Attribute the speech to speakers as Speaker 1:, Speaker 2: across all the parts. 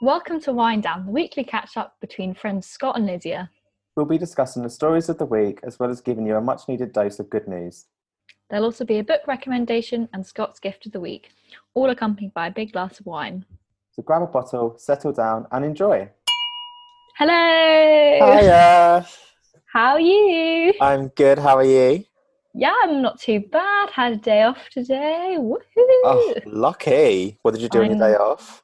Speaker 1: Welcome to Wind Down, the weekly catch up between friends Scott and Lydia.
Speaker 2: We'll be discussing the stories of the week as well as giving you a much needed dose of good news.
Speaker 1: There'll also be a book recommendation and Scott's gift of the week, all accompanied by a big glass of wine.
Speaker 2: So grab a bottle, settle down, and enjoy.
Speaker 1: Hello!
Speaker 2: Hiya!
Speaker 1: How are you?
Speaker 2: I'm good. How are you?
Speaker 1: Yeah, I'm not too bad. Had a day off today. Woohoo!
Speaker 2: Oh, lucky. What did you do on your
Speaker 1: I'm-
Speaker 2: day off?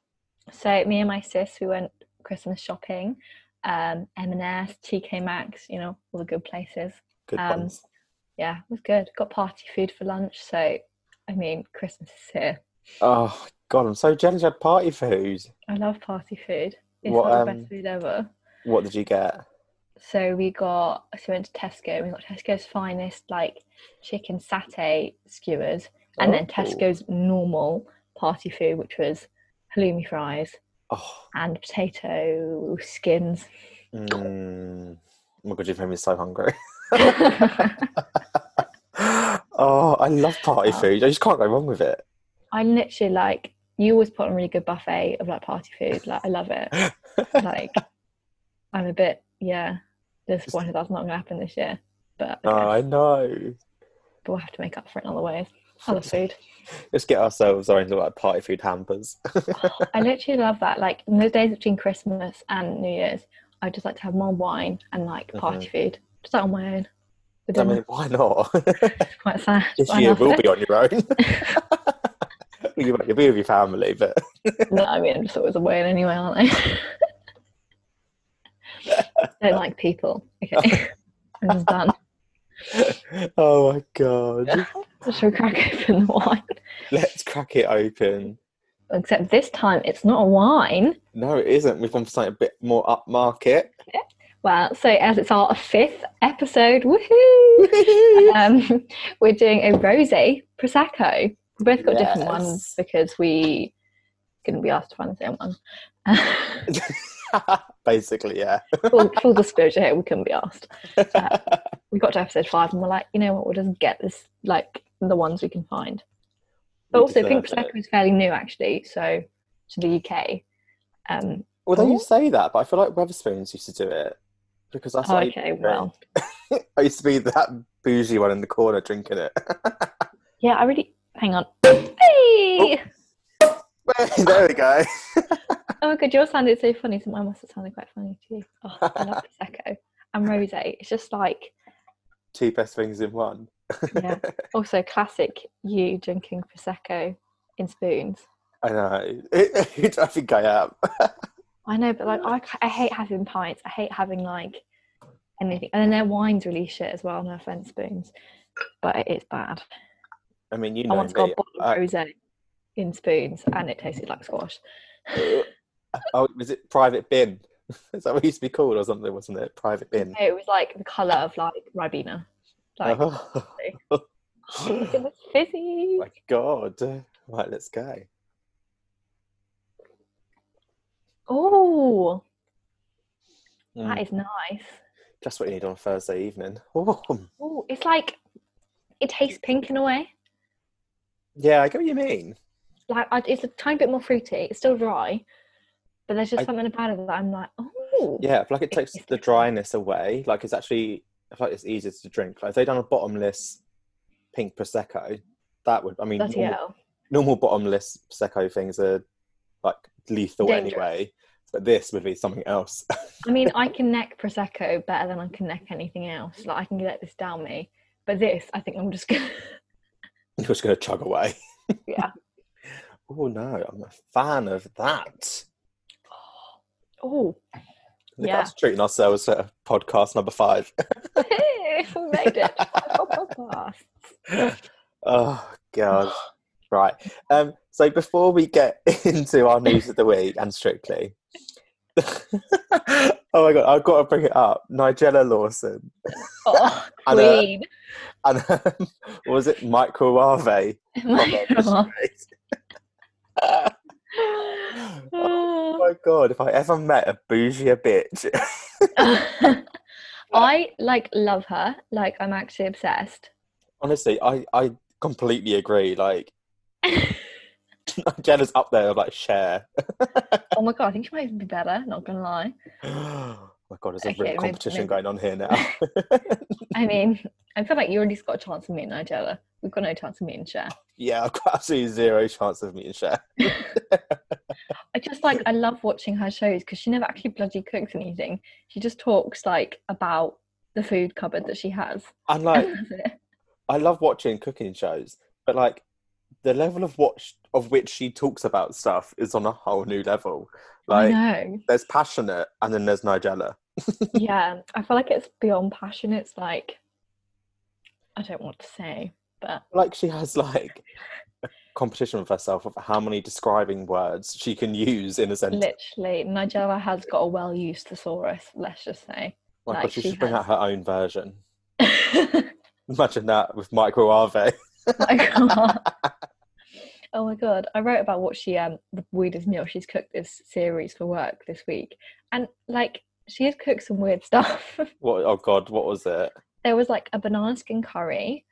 Speaker 1: So me and my sis, we went Christmas shopping, um, M&S, TK Maxx, you know, all the good places.
Speaker 2: Good
Speaker 1: um,
Speaker 2: ones.
Speaker 1: Yeah, it was good. Got party food for lunch, so I mean, Christmas is here.
Speaker 2: Oh, God, I'm so jealous you had party food.
Speaker 1: I love party food. It's
Speaker 2: What,
Speaker 1: one of the
Speaker 2: um,
Speaker 1: best food ever.
Speaker 2: What did you get?
Speaker 1: So we got so we went to Tesco and we got Tesco's finest like chicken satay skewers and then
Speaker 2: Oh.
Speaker 1: Tesco's normal party food, which was halloumi fries
Speaker 2: Oh,
Speaker 1: and potato skins.
Speaker 2: mm. oh my God, you've made me so hungry.
Speaker 1: I
Speaker 2: oh, I love party
Speaker 1: Oh.
Speaker 2: food. I just can't go wrong with it.
Speaker 1: literally like you always put on a really good buffet of like party food. Like I love it. Like I'm a bit yeah disappointed that's not gonna happen this year. But,
Speaker 2: No,
Speaker 1: okay.
Speaker 2: Oh, I know.
Speaker 1: but we'll have to make up for it in other ways. Other food.
Speaker 2: Let's get ourselves into like party food hampers.
Speaker 1: I literally love that. Like in the days between Christmas and New Year's, I just like to have more wine and like party food, just like on my own. But
Speaker 2: Mm-hmm.
Speaker 1: then
Speaker 2: I mean, why not?
Speaker 1: it's quite sad.
Speaker 2: this
Speaker 1: why
Speaker 2: year
Speaker 1: not?
Speaker 2: will be on your own. you might be with your family, but
Speaker 1: no, I mean I'm just always away anyway, aren't I? Don't like people. Okay, I'm just done.
Speaker 2: oh my god,
Speaker 1: Just will crack open the wine.
Speaker 2: let's crack it open.
Speaker 1: Except this time it's not a wine.
Speaker 2: No, it isn't. We've gone for something a bit more upmarket.
Speaker 1: Well, so as it's our fifth episode, woohoo! um, we're doing a rosé prosecco. We both got different ones
Speaker 2: Yes.
Speaker 1: because we couldn't be asked to find the same one.
Speaker 2: Basically, yeah.
Speaker 1: full, full disclosure here, we couldn't be asked. Uh, we got to episode five and we're like, you know what? We'll just get this like the ones we can find. But
Speaker 2: We
Speaker 1: also, Pink
Speaker 2: deserve it.
Speaker 1: Prosecco is fairly new actually, so to the UK. Um,
Speaker 2: Although you say that, but I feel like Weatherspoons used to do it because that's
Speaker 1: oh,
Speaker 2: what I
Speaker 1: okay,
Speaker 2: drink.
Speaker 1: well,
Speaker 2: I used to be that bougie one in the corner drinking it.
Speaker 1: yeah, I really hang on.
Speaker 2: Oh.
Speaker 1: Hey!
Speaker 2: there we go.
Speaker 1: Oh my god, yours sounded so funny, so mine must have sounded quite funny to you. Oh, I love Prosecco and Rosé. It's just like,
Speaker 2: Two best things in one.
Speaker 1: yeah. also classic you drinking Prosecco in spoons.
Speaker 2: I know. I think I am.
Speaker 1: I know, but like, I, ca- I hate having pints. I hate having like anything. And then their wine's really shit as well, no offense, spoons. But it is bad.
Speaker 2: I mean, you
Speaker 1: I
Speaker 2: know
Speaker 1: once got
Speaker 2: me.
Speaker 1: a bottle
Speaker 2: I-
Speaker 1: of Rosé in spoons and it tasted like squash.
Speaker 2: oh, was it private bin? Is that what it used to be called or something, wasn't it? Private bin.
Speaker 1: It was like the colour of like Ribena. Like,
Speaker 2: Oh.
Speaker 1: it was fizzy.
Speaker 2: my god. Right, let's go.
Speaker 1: Oh.
Speaker 2: Mm,
Speaker 1: That is nice.
Speaker 2: Just what you need on a Thursday evening. Oh,
Speaker 1: Oh, it's like it tastes pink in a way.
Speaker 2: yeah, I get what you mean.
Speaker 1: Like I, it's a tiny bit more fruity. It's still dry, but there's just
Speaker 2: I-
Speaker 1: something about it that I'm like, oh,
Speaker 2: Yeah, I feel like it takes
Speaker 1: It's
Speaker 2: the
Speaker 1: different.
Speaker 2: dryness away. Like it's actually, I feel like it's easier to drink. Like if they done a bottomless pink prosecco, that would. I mean, oh."
Speaker 1: bloody
Speaker 2: normal,
Speaker 1: hell.
Speaker 2: normal bottomless prosecco things are like lethal
Speaker 1: Dangerous.
Speaker 2: anyway. But this would be something else.
Speaker 1: I mean, I can neck prosecco better than I can neck anything else. Like I can let this down me, but this, I think I'm just gonna.
Speaker 2: You're just gonna chug away.
Speaker 1: Yeah.
Speaker 2: oh no, I'm a fan of that.
Speaker 1: Oh,
Speaker 2: Look,
Speaker 1: Yeah.
Speaker 2: That's treating ourselves to podcast number five.
Speaker 1: we made it. Podcasts.
Speaker 2: oh god. Right. Um, so before we get into our news of the week and strictly, oh my god, I've got to bring it up. Nigella Lawson
Speaker 1: Oh,
Speaker 2: I know.
Speaker 1: queen.
Speaker 2: and um, what was it Michael Rave?
Speaker 1: My God.
Speaker 2: oh my god! If I ever met a bougie bitch,
Speaker 1: I like love her. Like I'm actually obsessed.
Speaker 2: honestly, I I completely agree. Like Jenna's up there with like share.
Speaker 1: Oh my god, I think she might be better. Not gonna lie.
Speaker 2: oh my god, there's a
Speaker 1: Okay,
Speaker 2: real
Speaker 1: maybe-
Speaker 2: competition
Speaker 1: maybe-
Speaker 2: going on here now.
Speaker 1: I mean, I feel like you already got a chance of meeting Nigella. We've got no chance of meeting Cher.
Speaker 2: yeah, I've got absolutely zero chance of meeting Cher.
Speaker 1: I just like I love watching her shows because she never actually bloody cooks anything. She just talks like about the food cupboard that she has.
Speaker 2: And like,
Speaker 1: And that's it.
Speaker 2: I love watching cooking shows, but like the level of watch of which she talks about stuff is on a whole new level. Like
Speaker 1: I know.
Speaker 2: there's passionate and then there's Nigella.
Speaker 1: yeah, I feel like it's beyond passion. It's like I don't want to say, but
Speaker 2: Like she has like a competition with herself of how many describing words she can use in a sentence.
Speaker 1: literally, Nigella has got a well-used thesaurus. Let's just say.
Speaker 2: Like,
Speaker 1: like,
Speaker 2: she,
Speaker 1: she
Speaker 2: should bring out
Speaker 1: has-
Speaker 2: her own version. Imagine that with Michael Ave.
Speaker 1: My God. oh my god! I wrote about what she um the weirdest meal she's cooked this series for work this week, and like she has cooked some weird stuff.
Speaker 2: What? Oh God, what was it?
Speaker 1: there was like a banana skin curry,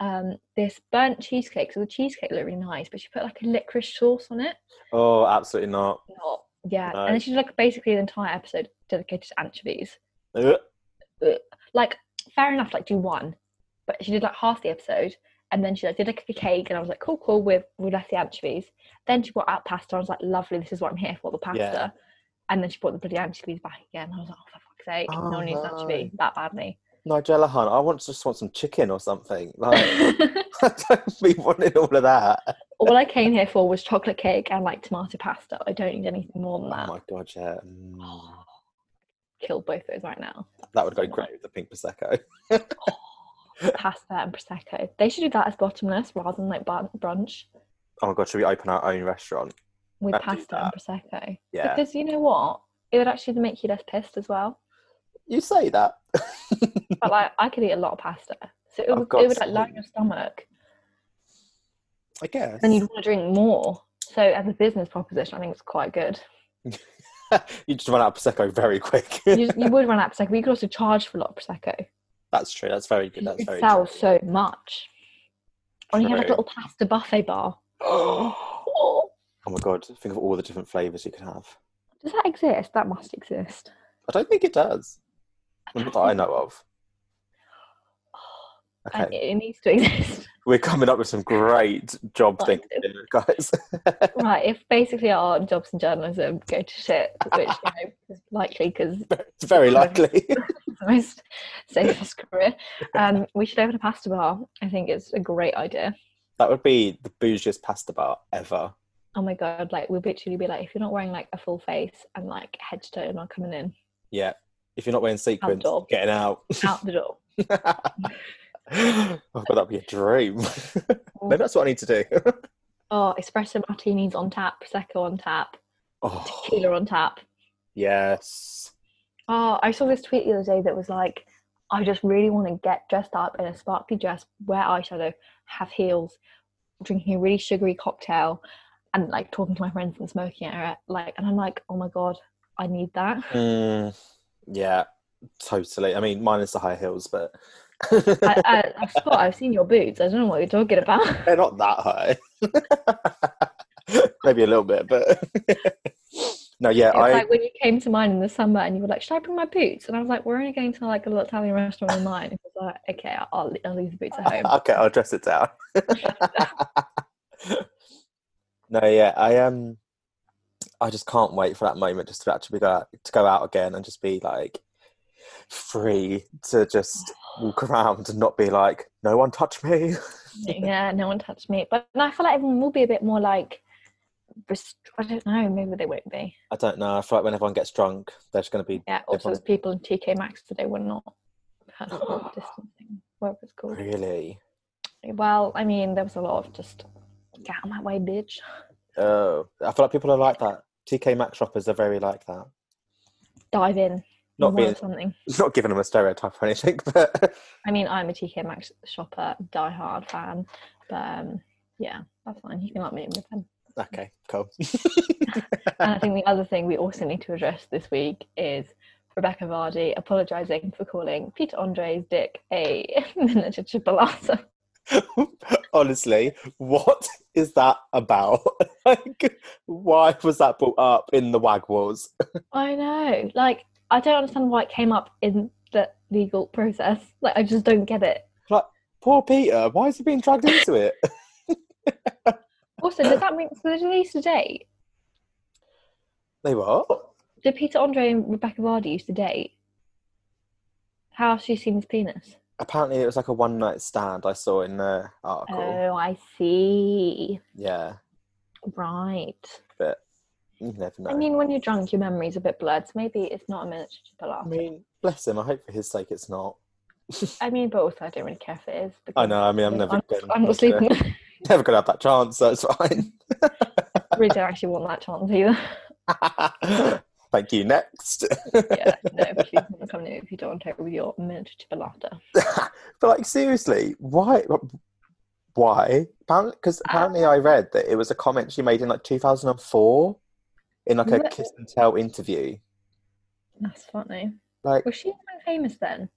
Speaker 1: um, this burnt cheesecake. So the cheesecake looked really nice, but she put like a licorice sauce on it.
Speaker 2: Oh, absolutely not.
Speaker 1: Not yeah,
Speaker 2: No.
Speaker 1: and then she did like basically the entire episode dedicated to anchovies.
Speaker 2: Ugh.
Speaker 1: Like fair enough, like do one, but she did like half the episode, and then she like did like a cake, and I was like, cool, cool, we've we left the anchovies. Then she brought out pasta. I was like, lovely, this is what I'm here for, the pasta.
Speaker 2: Yeah.
Speaker 1: And then she brought the bloody anchovies back again. I was like, oh for fuck's sake,
Speaker 2: Oh,
Speaker 1: no one needs an anchovy that badly.
Speaker 2: Nigella Hunt. I want just want some chicken or something. Like I don't be wanting all of that.
Speaker 1: all I came here for was chocolate cake and like tomato pasta. I don't need anything more than
Speaker 2: Oh
Speaker 1: that.
Speaker 2: my god, yeah. Mm.
Speaker 1: Oh, Kill both those right now.
Speaker 2: That would go great with the pink prosecco.
Speaker 1: Pasta and prosecco. They should do that as bottomless rather than like bun- brunch
Speaker 2: Oh my god, should we open our own restaurant?
Speaker 1: with
Speaker 2: I'd do
Speaker 1: pasta and prosecco.
Speaker 2: Yeah.
Speaker 1: Because you know what, it would actually make you less pissed as well.
Speaker 2: You say that.
Speaker 1: But like, I could eat a lot of pasta, so it
Speaker 2: Oh,
Speaker 1: would,
Speaker 2: God,
Speaker 1: it would like line
Speaker 2: same.
Speaker 1: your stomach,
Speaker 2: I guess.
Speaker 1: and you'd want to drink more. So as a business proposition, I think it's quite good.
Speaker 2: you just run out of prosecco very quick.
Speaker 1: You, just- you would run out of prosecco, but you could also charge for a lot of prosecco.
Speaker 2: that's true. That's very good.
Speaker 1: You
Speaker 2: That's
Speaker 1: could
Speaker 2: very
Speaker 1: sell
Speaker 2: true.
Speaker 1: so much. Or you have like a
Speaker 2: True.
Speaker 1: little pasta buffet bar.
Speaker 2: oh
Speaker 1: Oh,
Speaker 2: my god, think of all the different flavours you can have.
Speaker 1: does that exist? That must exist.
Speaker 2: I don't think it does. Not that I know of. Okay.
Speaker 1: And it, it needs to exist.
Speaker 2: We're coming up with some great job
Speaker 1: Right.
Speaker 2: thinking, here, guys.
Speaker 1: right, if basically our jobs in journalism go to shit, which you know, is likely because it's
Speaker 2: it's very likely.
Speaker 1: the most safest career, um, we should open a pasta bar. I think it's a great idea.
Speaker 2: that would be the bougiest pasta bar ever.
Speaker 1: Oh my god, like we'll literally be like, if you're not wearing like a full face and like head to toe, you're not coming in,
Speaker 2: Yeah. If you're not wearing sequins,
Speaker 1: Outdoor.
Speaker 2: getting out.
Speaker 1: out the door.
Speaker 2: oh god, that'd be a dream. Maybe that's what I need to do.
Speaker 1: Oh, espresso martinis on tap, prosecco on tap,
Speaker 2: Oh,
Speaker 1: tequila on tap.
Speaker 2: yes.
Speaker 1: Oh, I saw this tweet the other day that was like, I just really want to get dressed up in a sparkly dress, wear eyeshadow, have heels, drinking a really sugary cocktail, and like talking to my friends and smoking it. Like, and I'm like, oh my god, I need that.
Speaker 2: Mm, yeah, totally. I mean, minus the high heels, but
Speaker 1: I, I, I've, spot, I've seen your boots. I don't know what you're talking about.
Speaker 2: they're not that high. Maybe a little bit, but no, yeah,
Speaker 1: It's
Speaker 2: I
Speaker 1: like when you came to mine in the summer and you were like, should I bring my boots? And I was like, we're only going to like a little Italian restaurant in mine. It was like, okay, I'll, I'll leave the boots at home.
Speaker 2: okay, I'll dress it down. no, yeah, I Um, I just can't wait for that moment just to actually go out, to go out again and just be like free to just walk around and not be like no one touch me.
Speaker 1: yeah, no one touched me. But no, I feel like everyone will be a bit more like, rest- I don't know, maybe they won't be.
Speaker 2: I don't know. I feel like when everyone gets drunk, they're just going to be
Speaker 1: Yeah, also
Speaker 2: Everyone-
Speaker 1: there's people in TK Maxx today were not personal distancing, whatever it's called.
Speaker 2: really.
Speaker 1: Well, I mean, there was a lot of just get out of my way, bitch.
Speaker 2: Oh, I feel like people are like that. TK Maxx shoppers are very like that.
Speaker 1: Dive in. you
Speaker 2: Not
Speaker 1: want
Speaker 2: being,
Speaker 1: something.
Speaker 2: not giving them a stereotype or anything, but
Speaker 1: I mean, I'm a TK Maxx shopper, diehard fan, but um, yeah, that's fine. You can like me with them.
Speaker 2: okay, cool.
Speaker 1: And I think the other thing we also need to address this week is Rebecca Vardy apologising for calling Peter Andre's dick a miniature chipolata.
Speaker 2: Honestly, what is that about? like, why was that brought up in the Wag Wars?
Speaker 1: I know. Like, I don't understand why it came up in the legal process. Like, I just don't get it.
Speaker 2: Poor Peter. Why is he being dragged into it?
Speaker 1: Also, does that mean so they released a date?
Speaker 2: They what?
Speaker 1: Did Peter Andre and Rebecca Vardy used to date? How else she seen his penis?
Speaker 2: Apparently, it was like a one night stand I saw in the article.
Speaker 1: Oh, I see.
Speaker 2: yeah,
Speaker 1: Right.
Speaker 2: but you never know.
Speaker 1: I mean, when you're drunk, your memory's a bit blurred, so maybe it's not a minute to the last.
Speaker 2: I mean, bless him. I hope for his sake it's not.
Speaker 1: I mean, but also I don't really care if it is.
Speaker 2: I
Speaker 1: because
Speaker 2: know. I mean, I'm never. gonna-
Speaker 1: I'm not sleeping.
Speaker 2: Never gonna have that chance. That's fine.
Speaker 1: really don't actually want that chance either.
Speaker 2: Thank you. Next.
Speaker 1: yeah, no, please don't come near if you don't take with your miniature laughter.
Speaker 2: but like seriously, why? Why? Apparently, because apparently I read that it was a comment she made in like 2004 in like a
Speaker 1: Really?
Speaker 2: kiss and tell interview.
Speaker 1: That's funny.
Speaker 2: Like
Speaker 1: Was she even famous then?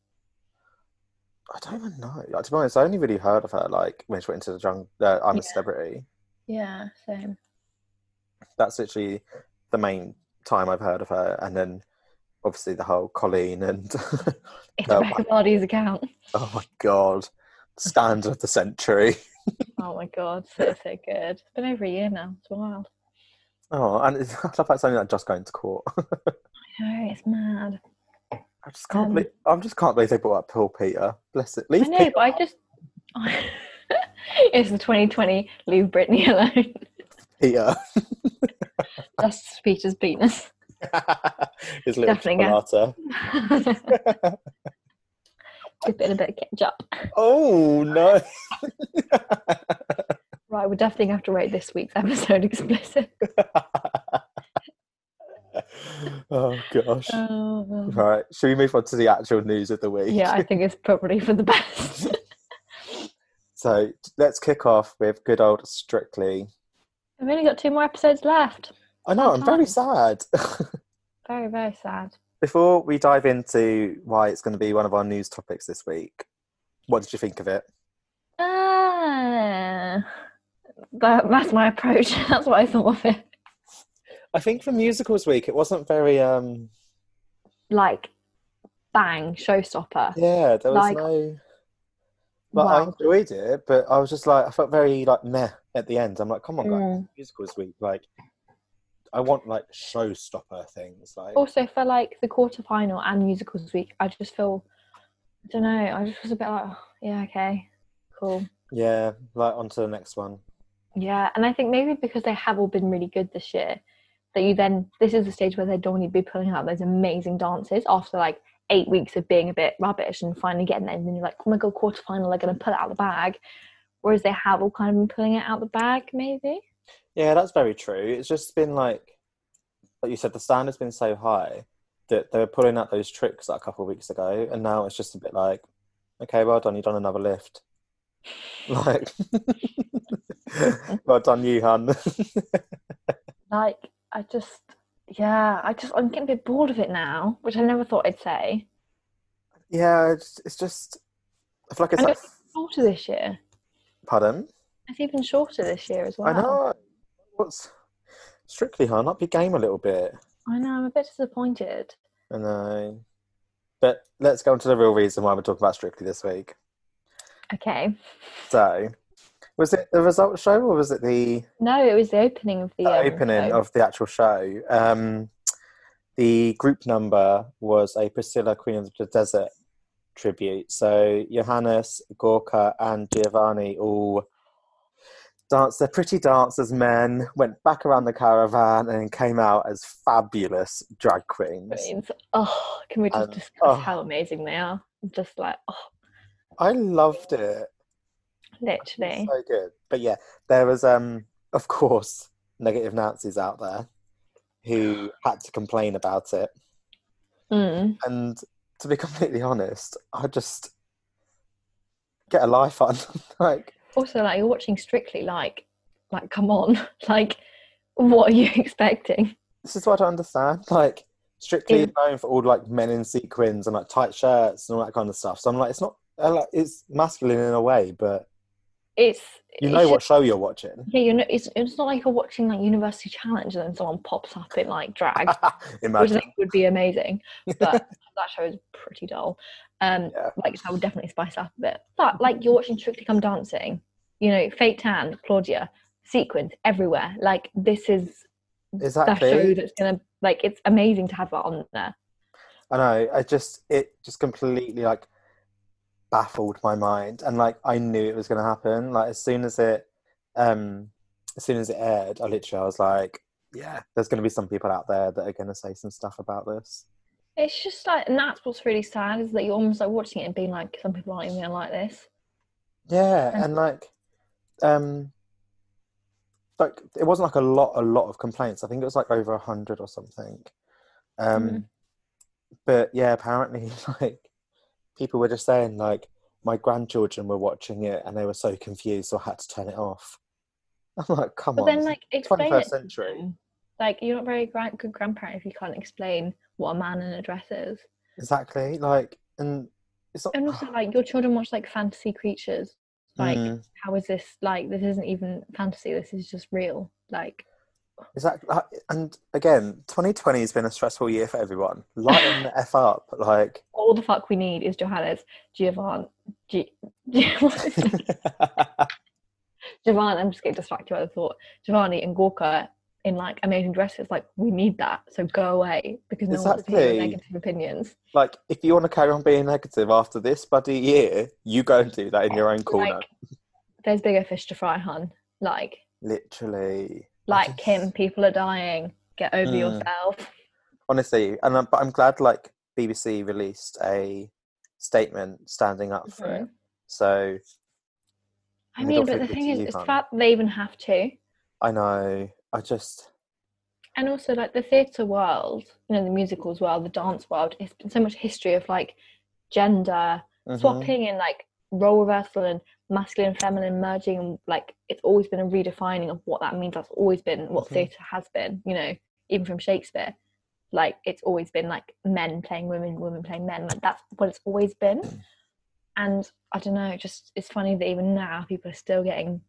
Speaker 2: I don't even know. Like, to be honest, I only really heard of her like when she went into the jungle. Uh, I'm a
Speaker 1: Yeah.
Speaker 2: celebrity.
Speaker 1: Yeah, same.
Speaker 2: That's literally the main time I've heard of her, and then obviously the whole Colleen and
Speaker 1: It's
Speaker 2: No,
Speaker 1: Rebecca Vardy's account.
Speaker 2: oh my god, scandal of the century.
Speaker 1: Oh my god, so so good. It's been over a year now. It's wild.
Speaker 2: Oh, and it's, I love that something like just going to court.
Speaker 1: I know, it's mad.
Speaker 2: I just can't
Speaker 1: Um,
Speaker 2: believe I just can't believe they brought up Paul Peter. Bless it.
Speaker 1: I
Speaker 2: Leave
Speaker 1: know,
Speaker 2: Peter
Speaker 1: but I just it's the 2020. Leave Britney alone.
Speaker 2: Peter.
Speaker 1: That's Peter's penis.
Speaker 2: His little
Speaker 1: Definitely, yeah.
Speaker 2: chocolata.
Speaker 1: Dip it in a bit of ketchup.
Speaker 2: Oh no.
Speaker 1: Right, we're definitely gonna have to rate this week's episode explicit.
Speaker 2: oh gosh.
Speaker 1: Um,
Speaker 2: Right. Should we move on to the actual news of the week?
Speaker 1: yeah, I think it's probably for the best.
Speaker 2: So let's kick off with good old Strictly.
Speaker 1: I've only got two more episodes left.
Speaker 2: I know, I'm very
Speaker 1: Sometimes.
Speaker 2: sad.
Speaker 1: Very, very sad.
Speaker 2: Before we dive into why it's going to be one of our news topics this week, what did you think of it?
Speaker 1: Ah, that, that's my approach. That's what I thought of it.
Speaker 2: I think for Musicals Week, it wasn't very. um
Speaker 1: Like, bang, showstopper.
Speaker 2: Yeah, there was
Speaker 1: Like-
Speaker 2: no. Like, I
Speaker 1: wow.
Speaker 2: enjoyed it, but I was just like, I felt very like meh at the end. I'm like, come on, guys,
Speaker 1: Mm.
Speaker 2: Musicals Week, like, I want like showstopper things, like.
Speaker 1: Also, for like the quarterfinal and musicals week, I just feel, I don't know, I just was a bit like, "Oh, yeah, okay, cool.
Speaker 2: Yeah, like on to the next one.
Speaker 1: Yeah, and I think maybe because they have all been really good this year, that you then this is the stage where they'd normally be pulling out those amazing dances after like eight weeks of being a bit rubbish and finally getting there, and then you're like, oh my god, quarterfinal, they're gonna pull it out of the bag. Whereas they have all kind of been pulling it out of the bag, maybe.
Speaker 2: Yeah, that's very true. It's just been like, like you said, the standard's been so high that they were pulling out those tricks like, a couple of weeks ago, and now it's just a bit like, okay, well done, you've done another lift. Like, well done, you, hun.
Speaker 1: Like I just, yeah, I just I'm getting a bit bored of it now, which I never thought I'd say.
Speaker 2: yeah, it's, it's just, I feel like it's
Speaker 1: I
Speaker 2: like,
Speaker 1: Shorter this year.
Speaker 2: pardon?
Speaker 1: It's even shorter this year as well.
Speaker 2: I know. What's strictly, hun? Up your game a little bit.
Speaker 1: I know. I'm a bit disappointed.
Speaker 2: I know. But let's go on to the real reason why we're talking about Strictly this week.
Speaker 1: Okay.
Speaker 2: So, was it the result show or was it the,
Speaker 1: No, it was the opening of the,
Speaker 2: the
Speaker 1: um,
Speaker 2: opening oh,
Speaker 1: show.
Speaker 2: of the actual show? Um, the group number was a Priscilla Queen of the Desert tribute. So, Johannes, Gorka, and Giovanni all danced their pretty dance as men, went back around the caravan, and came out as fabulous drag queens.
Speaker 1: Queens. Oh, can we just
Speaker 2: And-
Speaker 1: discuss
Speaker 2: oh.
Speaker 1: how amazing they are? Just like, oh,
Speaker 2: I loved it.
Speaker 1: literally.
Speaker 2: So good. But yeah, there was um of course negative Nancy's out there who had to complain about it.
Speaker 1: Mm.
Speaker 2: And to be completely honest, I just get a life on. like
Speaker 1: Also, like you're watching Strictly, like, like come on, like, what are you expecting?
Speaker 2: this is what I don't understand. Like strictly
Speaker 1: Yeah.
Speaker 2: known for all like men in sequins uh, and like tight shirts and all that kind of stuff. So I'm like, it's not I like, it's masculine in a way, but
Speaker 1: It's
Speaker 2: You
Speaker 1: it's
Speaker 2: know
Speaker 1: just-
Speaker 2: what show you're watching.
Speaker 1: Yeah, you know, it's it's not like you're watching like University Challenge and then someone pops up in like drag, which I
Speaker 2: Imagine.
Speaker 1: think would be amazing. But that show is pretty dull. Um,
Speaker 2: Yeah.
Speaker 1: like so I would definitely spice it up a bit. But like you're watching Strictly Come Dancing, you know, Fate Tan, Claudia, sequins everywhere. Like this is that show
Speaker 2: Exactly.
Speaker 1: that's gonna like it's amazing to have that on there.
Speaker 2: I know. I just it just completely like baffled my mind, and like I knew it was going to happen. Like as soon as it, um, as soon as it aired, I literally I was like, yeah, there's going to be some people out there that are going to say some stuff about this.
Speaker 1: It's just like, and that's what's really sad is that you're almost like watching it and being like, some people aren't even gonna like this.
Speaker 2: Yeah,
Speaker 1: And-
Speaker 2: and like, um, like it wasn't like a lot, a lot of complaints. I think it was like over a hundred or something. Um,
Speaker 1: Mhm.
Speaker 2: but yeah, apparently, like people were just saying like my grandchildren were watching it and they were so confused, so I had to turn it off. I'm like, come
Speaker 1: But
Speaker 2: on,
Speaker 1: then,
Speaker 2: it's
Speaker 1: like,
Speaker 2: the
Speaker 1: explain it.
Speaker 2: 21st century.
Speaker 1: them. Like, you're not very gran- good grandparent if you can't explain what a man in a dress is.
Speaker 2: Exactly, like, and it's not.
Speaker 1: And also, like, your children watch like fantasy creatures. Like,
Speaker 2: mm,
Speaker 1: how is this? Like, this isn't even fantasy. This is just real. Like,
Speaker 2: Exactly. And again, 2020 has been a stressful year for everyone. Lighten the F up. Like,
Speaker 1: all the fuck we need is Johannes, Giovanni, G- Giovanni. I'm just getting distracted by the thought. Giovanni and Gorka in like amazing dresses. Like, we need that. So go away because no one wants to hear your
Speaker 2: Exactly.
Speaker 1: negative opinions.
Speaker 2: like, if you want to carry on being negative after this bloody year, you go and do that in your own corner.
Speaker 1: Like, there's bigger fish to fry, hun. Like,
Speaker 2: Literally. I
Speaker 1: like
Speaker 2: just-
Speaker 1: Kim, people are dying. Get over
Speaker 2: Mm.
Speaker 1: yourself.
Speaker 2: Honestly, and I'm, but I'm glad like BBC released a statement standing up for
Speaker 1: Mm-hmm.
Speaker 2: it. So
Speaker 1: I
Speaker 2: Middle
Speaker 1: mean, but the
Speaker 2: finger
Speaker 1: thing
Speaker 2: to
Speaker 1: is,
Speaker 2: you,
Speaker 1: it's
Speaker 2: hun.
Speaker 1: that they even have to,
Speaker 2: I know. I just
Speaker 1: and also like the theatre world, you know, the musicals world, the dance world. It's been so much history of like gender
Speaker 2: mhm.
Speaker 1: swapping and like role reversal and masculine and feminine merging and like it's always been a redefining of what that means that's always been what
Speaker 2: Mhm.
Speaker 1: theatre has been you know even from shakespeare like it's always been like men playing women women playing men like that's what it's always been and i don't know just it's funny that even now people are still getting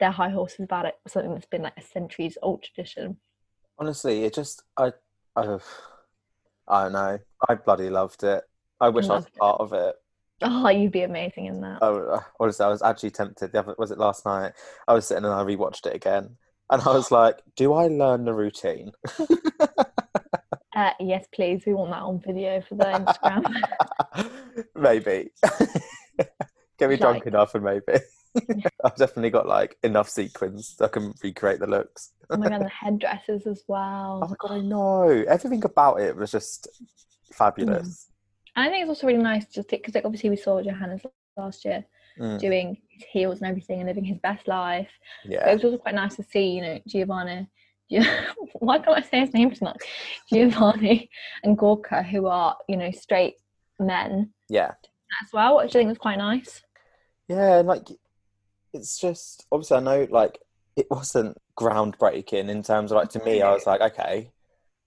Speaker 1: their high horses about it something that's been like a centuries old tradition
Speaker 2: Honestly, it just I I I don't know. I bloody loved it. I wish I was
Speaker 1: Loved it.
Speaker 2: part of it.
Speaker 1: oh you'd be amazing in that
Speaker 2: Oh, honestly, I was actually tempted. The other, was it last night? I was sitting and I rewatched it again, and I was like, "Do I learn the routine?"
Speaker 1: uh, yes please we want that on video for the instagram
Speaker 2: maybe. Get me drunk
Speaker 1: Like-
Speaker 2: enough, and maybe I've definitely got like enough sequins that I can recreate the looks.
Speaker 1: oh my god and the headdresses as
Speaker 2: Oh
Speaker 1: well
Speaker 2: my god, I know everything about it was just fabulous.
Speaker 1: And I think it's also really nice just because, like, obviously we saw Johannes last year
Speaker 2: Mm,
Speaker 1: doing his heels and everything and living his best life. But it
Speaker 2: Yeah,
Speaker 1: was also quite nice to see, you know, Giovanni. Gio- Why can't I say his name tonight? Giovanni and Gorka, who are you know straight men
Speaker 2: yeah,
Speaker 1: as well, which I think was quite nice.
Speaker 2: yeah. and, Like it's just obviously I know like it wasn't groundbreaking in terms of like to me I was like okay,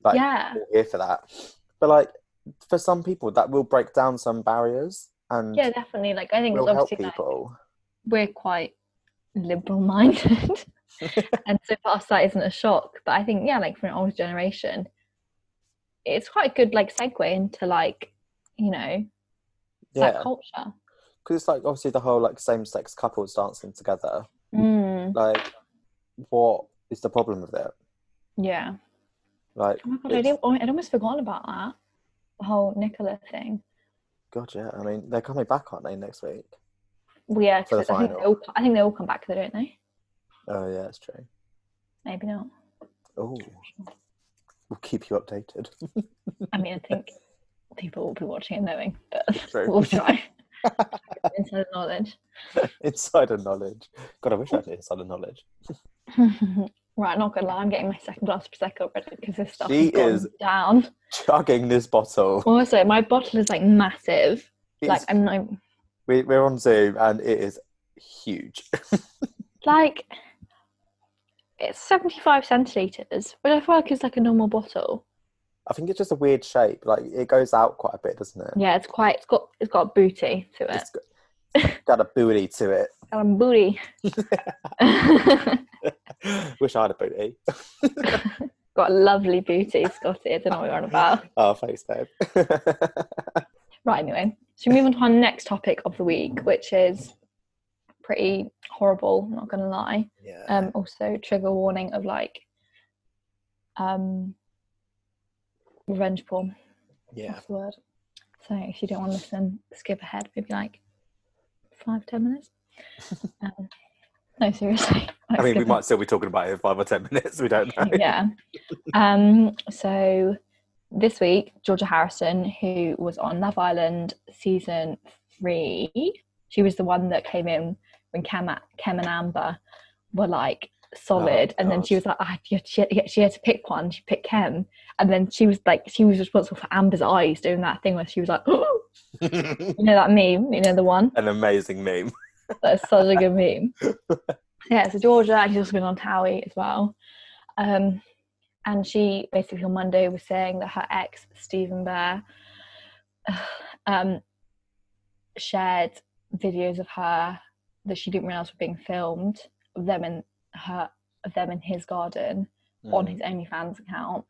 Speaker 2: like
Speaker 1: yeah,
Speaker 2: all here for that. But like for some people, that will break down some barriers and
Speaker 1: yeah, definitely. Like I think
Speaker 2: will
Speaker 1: it's
Speaker 2: Mm. help
Speaker 1: obviously like,
Speaker 2: people.
Speaker 1: we're quite liberal minded and so for us that isn't a shock but i think yeah like for an older generation it's quite a good like segue into like you know
Speaker 2: yeah,
Speaker 1: that culture
Speaker 2: because it's like obviously the whole like same-sex couples dancing together.
Speaker 1: mm,
Speaker 2: Like, what is the problem with it?
Speaker 1: yeah
Speaker 2: Like,
Speaker 1: oh my god I
Speaker 2: It's-
Speaker 1: did, oh, i'd almost forgotten about that the whole nicola thing
Speaker 2: God, yeah. I mean, they're coming back, aren't they, next week?
Speaker 1: well, yeah
Speaker 2: For the
Speaker 1: 'cause uh, I, think they
Speaker 2: final.
Speaker 1: all, I think they all come back to it don't they
Speaker 2: Oh, yeah, that's true.
Speaker 1: maybe not
Speaker 2: Oh, we'll keep you updated.
Speaker 1: i mean i think people will be watching and knowing but
Speaker 2: True.
Speaker 1: we'll try inside knowledge
Speaker 2: insider knowledge. God, I wish I had insider knowledge.
Speaker 1: right, not gonna lie, I'm getting my second glass of prosecco already because this stuff
Speaker 2: She
Speaker 1: has gone
Speaker 2: is-
Speaker 1: down.
Speaker 2: Chugging this bottle.
Speaker 1: Also, my bottle is like massive. Like
Speaker 2: It's-
Speaker 1: I'm not
Speaker 2: we, we're on Zoom and it is huge.
Speaker 1: like it's 75 centiliters, which I feel like is like a normal bottle.
Speaker 2: I think it's just a weird shape. Like it goes out quite a bit, doesn't it?
Speaker 1: Yeah, it's quite. It's got it's got booty to it.
Speaker 2: It's got, got a booty to it.
Speaker 1: got a booty.
Speaker 2: Wish I had a booty.
Speaker 1: got a lovely booty, Scotty. I don't know what you're on about.
Speaker 2: Oh, thanks, babe.
Speaker 1: Right, anyway. So we move on to our next topic of the week, which is pretty horrible, I'm not gonna lie.
Speaker 2: yeah.
Speaker 1: um also trigger warning of like um revenge porn
Speaker 2: yeah.
Speaker 1: that's the word so if you don't want to listen skip ahead maybe like five ten minutes um, no seriously like,
Speaker 2: I mean, we
Speaker 1: skip
Speaker 2: might still be talking about it in five or ten minutes. We don't know.
Speaker 1: ahead. yeah um so this week georgia harrison who was on love island season three she was the one that came in when Kem, Kem and Amber were like solid, and then
Speaker 2: God.
Speaker 1: she was like, I had, to- she, had, she had to pick one. She picked Kem, and then she was like, she was responsible for Amber's eyes doing that thing where she was like, oh, you know that meme, you know the one.
Speaker 2: An amazing meme.
Speaker 1: That's such a good meme. yeah, so Georgia, and she's also been on Towie as well. Um, and she basically on Monday was saying that her ex, Stephen Bear, um, shared videos of her that she didn't realise were being filmed of them in her of them in his garden
Speaker 2: Hmm.
Speaker 1: on
Speaker 2: Mm.
Speaker 1: his OnlyFans account,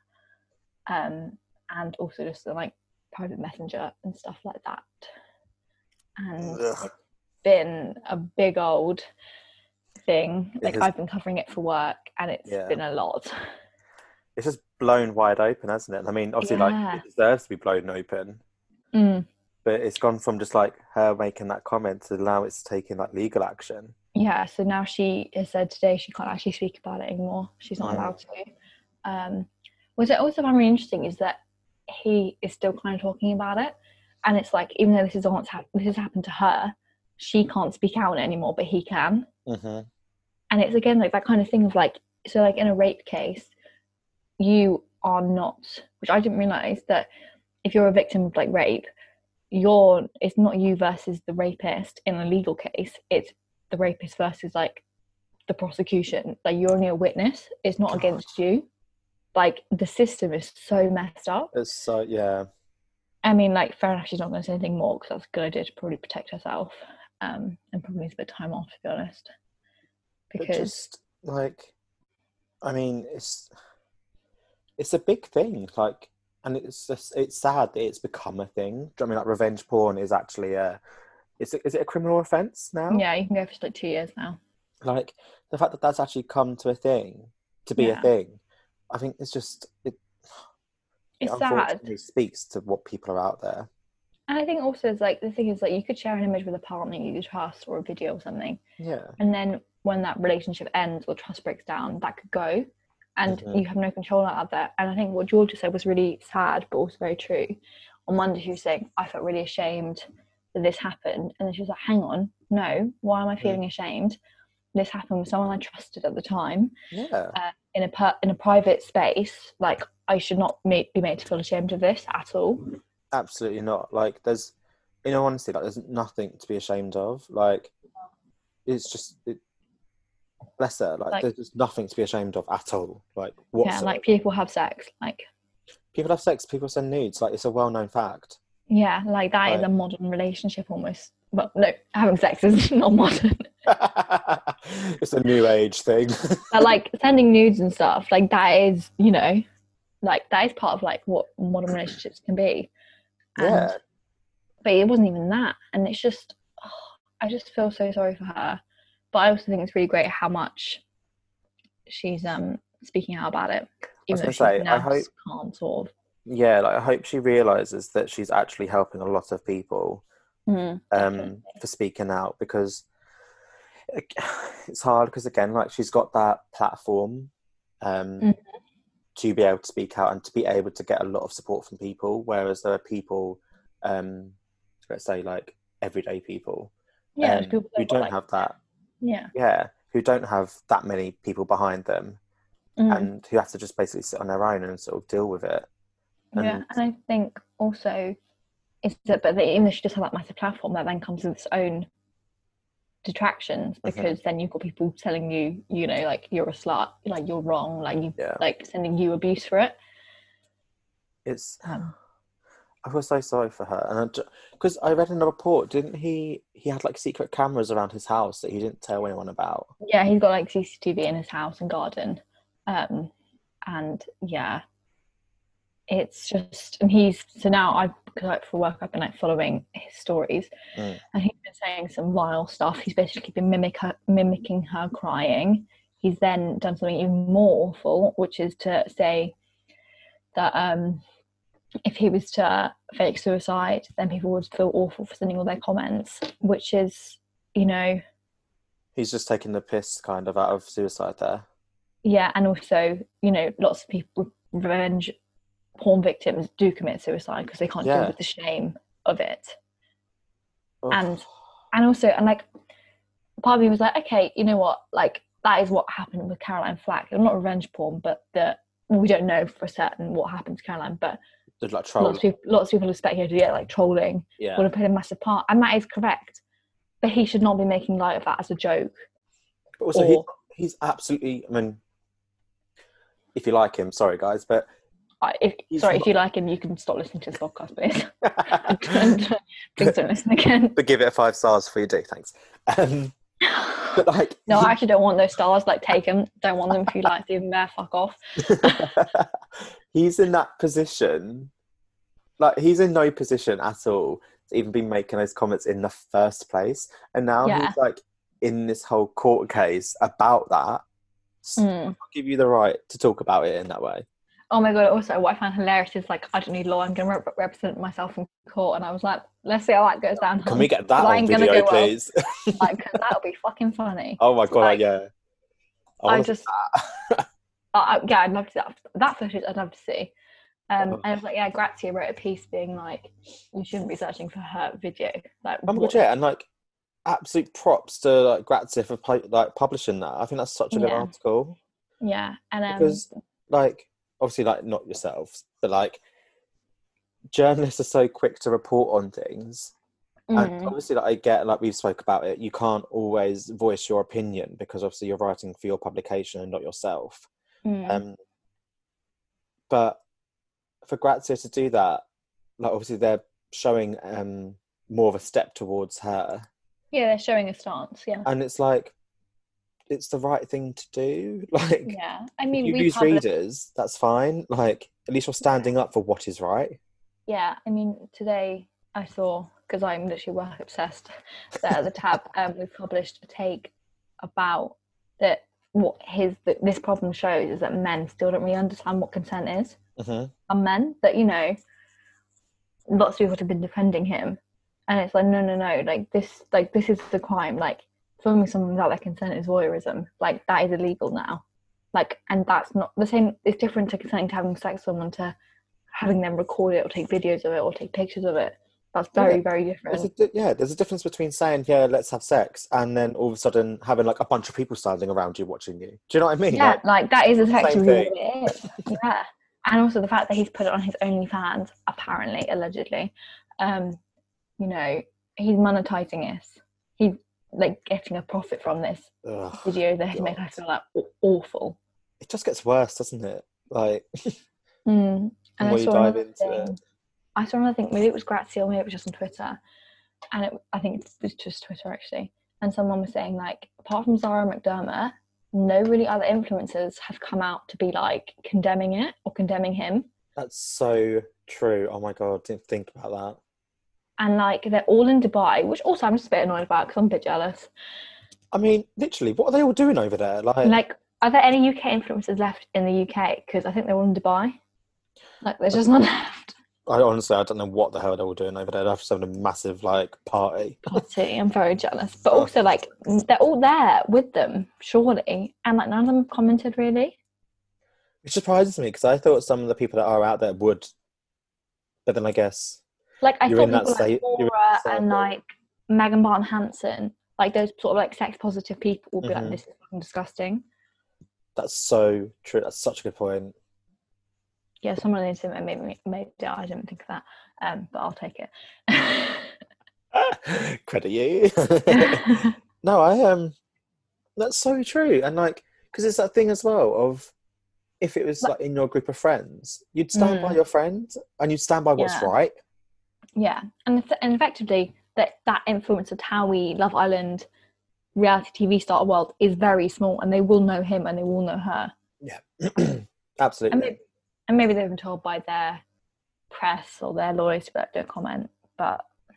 Speaker 1: um, and also just the, like private messenger and stuff like that. And
Speaker 2: Ugh.
Speaker 1: been a big old thing.
Speaker 2: It
Speaker 1: Like
Speaker 2: has-
Speaker 1: I've been covering it for work, and it's
Speaker 2: Yeah.
Speaker 1: been a lot.
Speaker 2: It's just blown wide open, hasn't it? I mean, obviously, like
Speaker 1: Yeah.
Speaker 2: it deserves to be blown open,
Speaker 1: Mm,
Speaker 2: but it's gone from just like her making that comment to now it's taking like legal action.
Speaker 1: yeah. So now she has said today she can't actually speak about it anymore. She's not
Speaker 2: Right.
Speaker 1: allowed to. Um, what I also found really interesting is that he is still kind of talking about it, and it's like even though this is all that's hap- this has happened to her, she can't speak out on it anymore, but he can.
Speaker 2: Mm-hmm.
Speaker 1: and it's again like that kind of thing of like so like in a rape case you are not which i didn't realize that if you're a victim of like rape you're it's not you versus the rapist in a legal case it's the rapist versus like the prosecution like you're only a witness it's not
Speaker 2: God.
Speaker 1: against you like the system is so messed up
Speaker 2: It's so yeah,
Speaker 1: i mean like fair enough she's not going to say anything more because that's a good idea to probably protect herself um and probably needs a bit of time off to be honest
Speaker 2: but
Speaker 1: because
Speaker 2: just like, I mean, it's it's a big thing, like, and it's just, it's sad that it's become a thing. Do you know what I mean like revenge porn is actually a is it, is it a criminal offence now?
Speaker 1: Yeah, you can go for like two years now.
Speaker 2: like the fact that that's actually come to a thing to be a
Speaker 1: Yeah.
Speaker 2: thing i think it's just it, it
Speaker 1: It's sad.
Speaker 2: unfortunately speaks to what people are out there
Speaker 1: And I think also it's like the thing is like you could share an image with a partner you trust or a video or something.
Speaker 2: yeah
Speaker 1: And then when that relationship ends or trust breaks down, that could go. And
Speaker 2: Mhm.
Speaker 1: you have no control out there. And I think what Georgia said was really sad but also very true. On Monday she was saying, I felt really ashamed that this happened. And then she was like, Hang on, no, why am I feeling ashamed? This happened with someone I trusted at the time.
Speaker 2: yeah
Speaker 1: in a per- in a private space, like I should not ma- be made to feel ashamed of this at all.
Speaker 2: absolutely not like there's in all honesty like there's nothing to be ashamed of like it's just it, bless her like,
Speaker 1: Like-
Speaker 2: there's just nothing to be ashamed of at all like what
Speaker 1: yeah, like people have sex, like
Speaker 2: people have sex people send nudes like it's a well-known fact
Speaker 1: yeah, like that is a
Speaker 2: Right.
Speaker 1: modern relationship almost. But no, having sex is not modern.
Speaker 2: it's a new age thing
Speaker 1: but like sending nudes and stuff, like that is you know, like that is part of like what modern relationships can be. And,
Speaker 2: yeah
Speaker 1: But it wasn't even that, and it's just I just feel so sorry for her. But I also think it's really great how much she's um speaking out about it.
Speaker 2: was
Speaker 1: Even though
Speaker 2: gonna
Speaker 1: she
Speaker 2: say, I
Speaker 1: now
Speaker 2: hope-
Speaker 1: can't sort of
Speaker 2: yeah like i hope she realizes that she's actually helping a lot of people
Speaker 1: Mm,
Speaker 2: um
Speaker 1: definitely.
Speaker 2: for speaking out because like, it's hard because again like she's got that platform um
Speaker 1: Mhm.
Speaker 2: to be able to speak out and to be able to get a lot of support from people whereas there are people um let's say like everyday people
Speaker 1: yeah,
Speaker 2: um,
Speaker 1: there's people
Speaker 2: who
Speaker 1: that got,
Speaker 2: don't
Speaker 1: like-
Speaker 2: have that
Speaker 1: Yeah,
Speaker 2: yeah who don't have that many people behind them
Speaker 1: Mm,
Speaker 2: and who have to just basically sit on their own and sort of deal with it
Speaker 1: yeah,
Speaker 2: and-
Speaker 1: and I think also is that, but they, even though she does have that massive platform, that then comes with its own detractions because then you've got people telling you, you know, like you're a slut, like you're wrong, like you,
Speaker 2: Yeah.
Speaker 1: like sending you abuse for it.
Speaker 2: it's
Speaker 1: Um,
Speaker 2: I I was so sorry for her, and because I, read in a report, didn't he? He had like secret cameras around his house that he didn't tell anyone about.
Speaker 1: Yeah, he's got like CCTV in his house and garden, um, and yeah, it's just and he's so now I've like for work I've been like following his stories,
Speaker 2: Mm.
Speaker 1: and he's been saying some vile stuff. He's basically been mimic her, mimicking her crying. He's then done something even more awful, which is to say that um, if he was to fake suicide, then people would feel awful for sending all their comments, which is you know
Speaker 2: He's just taking the piss kind of out of suicide there.
Speaker 1: yeah and also you know lots of people revenge porn victims do commit suicide because they can't
Speaker 2: Yeah.
Speaker 1: deal with the shame of it
Speaker 2: Ugh.
Speaker 1: And- and also and like part of me was like okay you know what like that is what happened with caroline flack not revenge porn but the we don't know for certain what happened to caroline but
Speaker 2: Did, like
Speaker 1: lots
Speaker 2: troll.
Speaker 1: of people lots of people have speculated yeah like trolling
Speaker 2: Yeah.
Speaker 1: would have played a massive part and that is correct but he should not be making light of that as a joke
Speaker 2: But also, he-
Speaker 1: or-
Speaker 2: he's absolutely. I mean, if you like him, sorry guys, but
Speaker 1: I, uh, if,
Speaker 2: He's
Speaker 1: sorry
Speaker 2: not-
Speaker 1: if you like him you can stop listening to this podcast please please don't listen again
Speaker 2: but give it five stars for you do. Thanks. Um, but like,
Speaker 1: No, I actually don't want those stars. Like, take them. Don't want them if you like them. There, fuck off.
Speaker 2: he's in that position. Like he's in no position at all to even be making those comments in the first place, and now
Speaker 1: Yeah.
Speaker 2: he's like in this whole court case about that. So
Speaker 1: Mm.
Speaker 2: I'll give you the right to talk about it in that way.
Speaker 1: Oh my god! Also, what I found hilarious is like, I don't need law. I'm gonna rep- represent myself in court, and I was like, let's see how that goes down.
Speaker 2: Can we get that
Speaker 1: Mm. Well, I
Speaker 2: on
Speaker 1: ain't gonna
Speaker 2: video,
Speaker 1: go well.
Speaker 2: please?
Speaker 1: Like, 'cause that'll be fucking funny.
Speaker 2: oh my god,
Speaker 1: Like,
Speaker 2: yeah.
Speaker 1: I,
Speaker 2: wanna-
Speaker 1: just, I, I- yeah, I'd love to that. That footage, I'd love to see. Um,
Speaker 2: Oh.
Speaker 1: and I was like, yeah, Grazia wrote a piece being like, you shouldn't be searching for her video. Like,
Speaker 2: Oh my
Speaker 1: what-
Speaker 2: god, yeah, and like absolute props to like Grazia for pu- like publishing that. I think that's such a good
Speaker 1: Yeah.
Speaker 2: article
Speaker 1: yeah, and um,
Speaker 2: because like obviously like not yourselves, but like journalists are so quick to report on things. And
Speaker 1: mm,
Speaker 2: obviously, like I get, like we've spoke about it, you can't always voice your opinion because obviously you're writing for your publication and not yourself.
Speaker 1: mm.
Speaker 2: Um, but for Grazia to do that, like obviously they're showing um, more of a step towards her
Speaker 1: yeah, they're showing a stance. Yeah.
Speaker 2: and it's like it's the right thing to do like
Speaker 1: Yeah, I
Speaker 2: if
Speaker 1: mean,
Speaker 2: you
Speaker 1: we
Speaker 2: lose
Speaker 1: publish-
Speaker 2: readers that's fine like at least you're standing up for what is right
Speaker 1: yeah i mean today i saw because i'm literally work obsessed that at the tab um, we published a take about that what his that this problem shows is that men still don't really understand what consent is
Speaker 2: hmm
Speaker 1: and men that you know lots of people have been defending him and it's like no no no like this like this is the crime like filming someone without their consent is voyeurism like that is illegal now like and that's not the same it's different to consenting to having sex with someone to having them record it or take videos of it or take pictures of it that's
Speaker 2: Yeah.
Speaker 1: very very
Speaker 2: there's a,
Speaker 1: different
Speaker 2: di- yeah there's a difference between saying yeah let's have sex and then all of a sudden having like a bunch of people standing around you watching you do you know what i mean
Speaker 1: yeah
Speaker 2: Like,
Speaker 1: like that is exactly what
Speaker 2: thing.
Speaker 1: it is yeah and also the fact that he's put it on his OnlyFans apparently allegedly um you know he's monetizing this he's like getting a profit from this
Speaker 2: ugh,
Speaker 1: video that has made I
Speaker 2: God.
Speaker 1: feel like aw- awful
Speaker 2: it just gets worse doesn't it like
Speaker 1: Mm.
Speaker 2: The
Speaker 1: And
Speaker 2: more
Speaker 1: I
Speaker 2: you
Speaker 1: saw
Speaker 2: dive
Speaker 1: another
Speaker 2: into it.
Speaker 1: thing. I saw another thing. Maybe it was Grazia, or maybe it was just on Twitter. And it, I think it was just Twitter actually. And someone was saying like, apart from Zara McDermott, no really other influencers have come out to be like condemning it or condemning him.
Speaker 2: that's so true oh my god didn't think about that
Speaker 1: And like they're all in Dubai, which also I'm just a bit annoyed about because I'm a bit jealous.
Speaker 2: i mean literally what are they all doing over there like,
Speaker 1: Like, are there any UK influencers left in the UK? Because I think they're all in Dubai. Like, there's just none left.
Speaker 2: I honestly i don't know what the hell they're all doing over there they're just having a massive like party
Speaker 1: God, see, I'm very jealous. But
Speaker 2: Oh.
Speaker 1: also, like, they're all there with them, surely. And, like, none of them have commented really.
Speaker 2: It surprises me because I thought some of the people that are out there would, but then I guess
Speaker 1: Like, I
Speaker 2: You're
Speaker 1: thought
Speaker 2: in that
Speaker 1: people
Speaker 2: state-
Speaker 1: like
Speaker 2: you're in
Speaker 1: Laura
Speaker 2: that
Speaker 1: and,
Speaker 2: circle.
Speaker 1: like, Megan Barton Hanson, like, those sort of, like, sex positive people would be
Speaker 2: Mhm.
Speaker 1: like, this is fucking disgusting.
Speaker 2: that's so true. That's such a good point.
Speaker 1: Yeah, someone needs to maybe, maybe, maybe I didn't think of that, um, but I'll take it.
Speaker 2: Credit you. no, I Um, that's so true, and like because it's that thing as well of if it was like in your group of friends, you'd stand by
Speaker 1: Mm.
Speaker 2: your friend and you'd stand by what's
Speaker 1: Yeah.
Speaker 2: right.
Speaker 1: Yeah, and eff- and effectively that that influence of how we Love Island reality TV star world is very small, and they will know him and they will know her, and
Speaker 2: Absolutely.
Speaker 1: maybe, and maybe they've been told by their press or their lawyers to be like, don't comment. But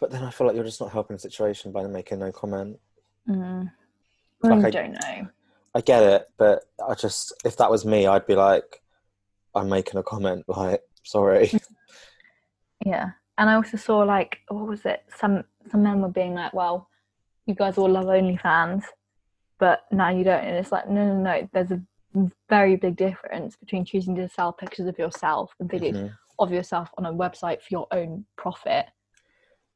Speaker 2: but then I feel like you're just not helping the situation by making no comment.
Speaker 1: mm,
Speaker 2: Like
Speaker 1: I
Speaker 2: I-
Speaker 1: don't know.
Speaker 2: I get it, but I just if that was me, I'd be like, I'm making a comment. Like, sorry.
Speaker 1: Yeah. And I also saw like what was it? Some some men were being like, Well, you guys all love OnlyFans, but now you don't and it's like, no no no, there's a very big difference between choosing to sell pictures of yourself and videos
Speaker 2: Mhm.
Speaker 1: of yourself on a website for your own profit.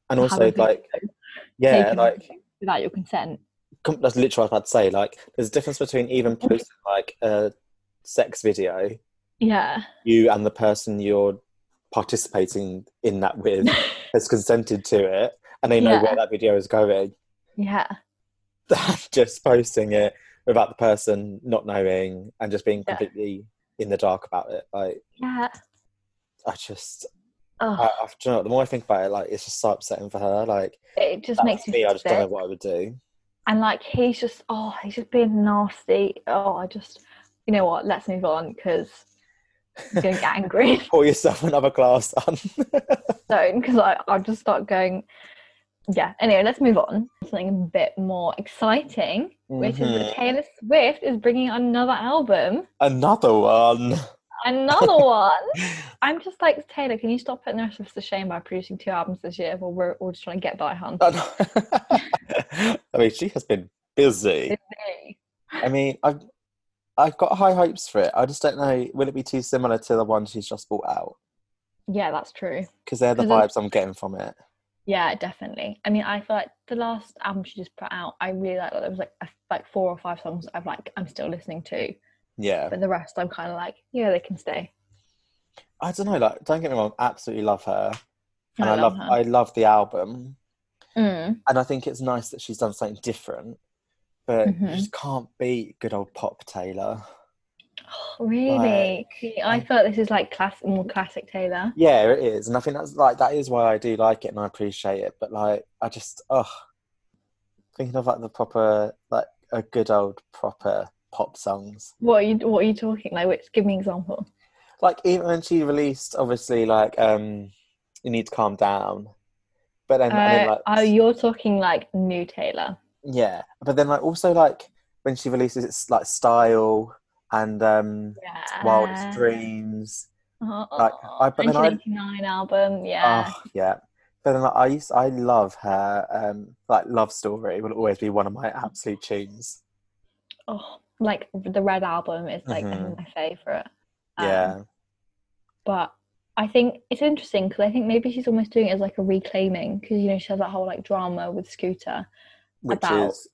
Speaker 2: And
Speaker 1: to
Speaker 2: also,
Speaker 1: having
Speaker 2: like,
Speaker 1: videos
Speaker 2: yeah,
Speaker 1: taken
Speaker 2: like
Speaker 1: without your consent.
Speaker 2: com- that's literally what I'd say. Like, there's a difference between even posting like a sex video,
Speaker 1: Yeah.
Speaker 2: you and the person you're participating in that with has consented to it, and they know
Speaker 1: Yeah.
Speaker 2: where that video is going.
Speaker 1: Yeah.
Speaker 2: just posting it without the person not knowing and just being
Speaker 1: Yeah.
Speaker 2: completely in the dark about it. Like,
Speaker 1: Yeah.
Speaker 2: I just, I,
Speaker 1: Oh,
Speaker 2: I, do you know, what, the more I think about it, like, it's just so upsetting for her. Like,
Speaker 1: it just
Speaker 2: that
Speaker 1: makes
Speaker 2: was
Speaker 1: you
Speaker 2: me, I just don't know
Speaker 1: sick.
Speaker 2: what I would do.
Speaker 1: and like he's just oh he's just being nasty oh i just you know what let's move on because i'm gonna get angry
Speaker 2: Pour yourself another glass, son.
Speaker 1: soon because i i'll just start going yeah anyway let's move on something a bit more exciting which is
Speaker 2: Mhm.
Speaker 1: that taylor swift is bringing another album
Speaker 2: Another one.
Speaker 1: another one i'm just like taylor can you stop putting the rest of us to shame by producing two albums this year while we're all just trying to get by hun
Speaker 2: I mean, she has been busy. I mean, I've I've got high hopes for it. I just don't know. Will it be too similar to the one she's just brought out?
Speaker 1: yeah that's true
Speaker 2: Because they're the
Speaker 1: 'Cause I-
Speaker 2: vibes I'm getting from it.
Speaker 1: Yeah, definitely. I mean, I feel like the last album she just put out, I really like that there was like a, like four or five songs I'm like I'm still listening to,
Speaker 2: Yeah,
Speaker 1: but the rest I'm kind of like, yeah, they can stay.
Speaker 2: I don't know. Like, don't get me wrong. I Absolutely love her, and I, love,
Speaker 1: her.
Speaker 2: I love the album,
Speaker 1: Mm,
Speaker 2: and I think it's nice that she's done something different. But you
Speaker 1: Mhm.
Speaker 2: just can't beat good old pop Taylor.
Speaker 1: really? I
Speaker 2: I-
Speaker 1: thought this is like classic, more classic Taylor.
Speaker 2: Yeah, it is, and I think that's like that is why I do like it and I appreciate it. But like, I just oh, thinking of like the proper like a good old proper pop songs.
Speaker 1: What are you What are you talking like? Which give me an example.
Speaker 2: Like even when she released, obviously like um, you need to calm down. But then, and then
Speaker 1: Uh,
Speaker 2: like,
Speaker 1: oh, you're talking like new Taylor.
Speaker 2: yeah, but then like also like when she releases it's like style and um,
Speaker 1: Yeah.
Speaker 2: wildest dreams.
Speaker 1: Oh,
Speaker 2: like, I- but then I-
Speaker 1: 1989 album. Yeah.
Speaker 2: Oh yeah. But then like, I used I love her um like love story will always be one of my absolute tunes.
Speaker 1: oh, like the red album is like I think, my favorite.
Speaker 2: Mm-hmm.
Speaker 1: Um,
Speaker 2: Yeah.
Speaker 1: but I think it's interesting because I think maybe she's almost doing it as like a reclaiming because you know she has that whole like drama with Scooter
Speaker 2: Which
Speaker 1: about
Speaker 2: is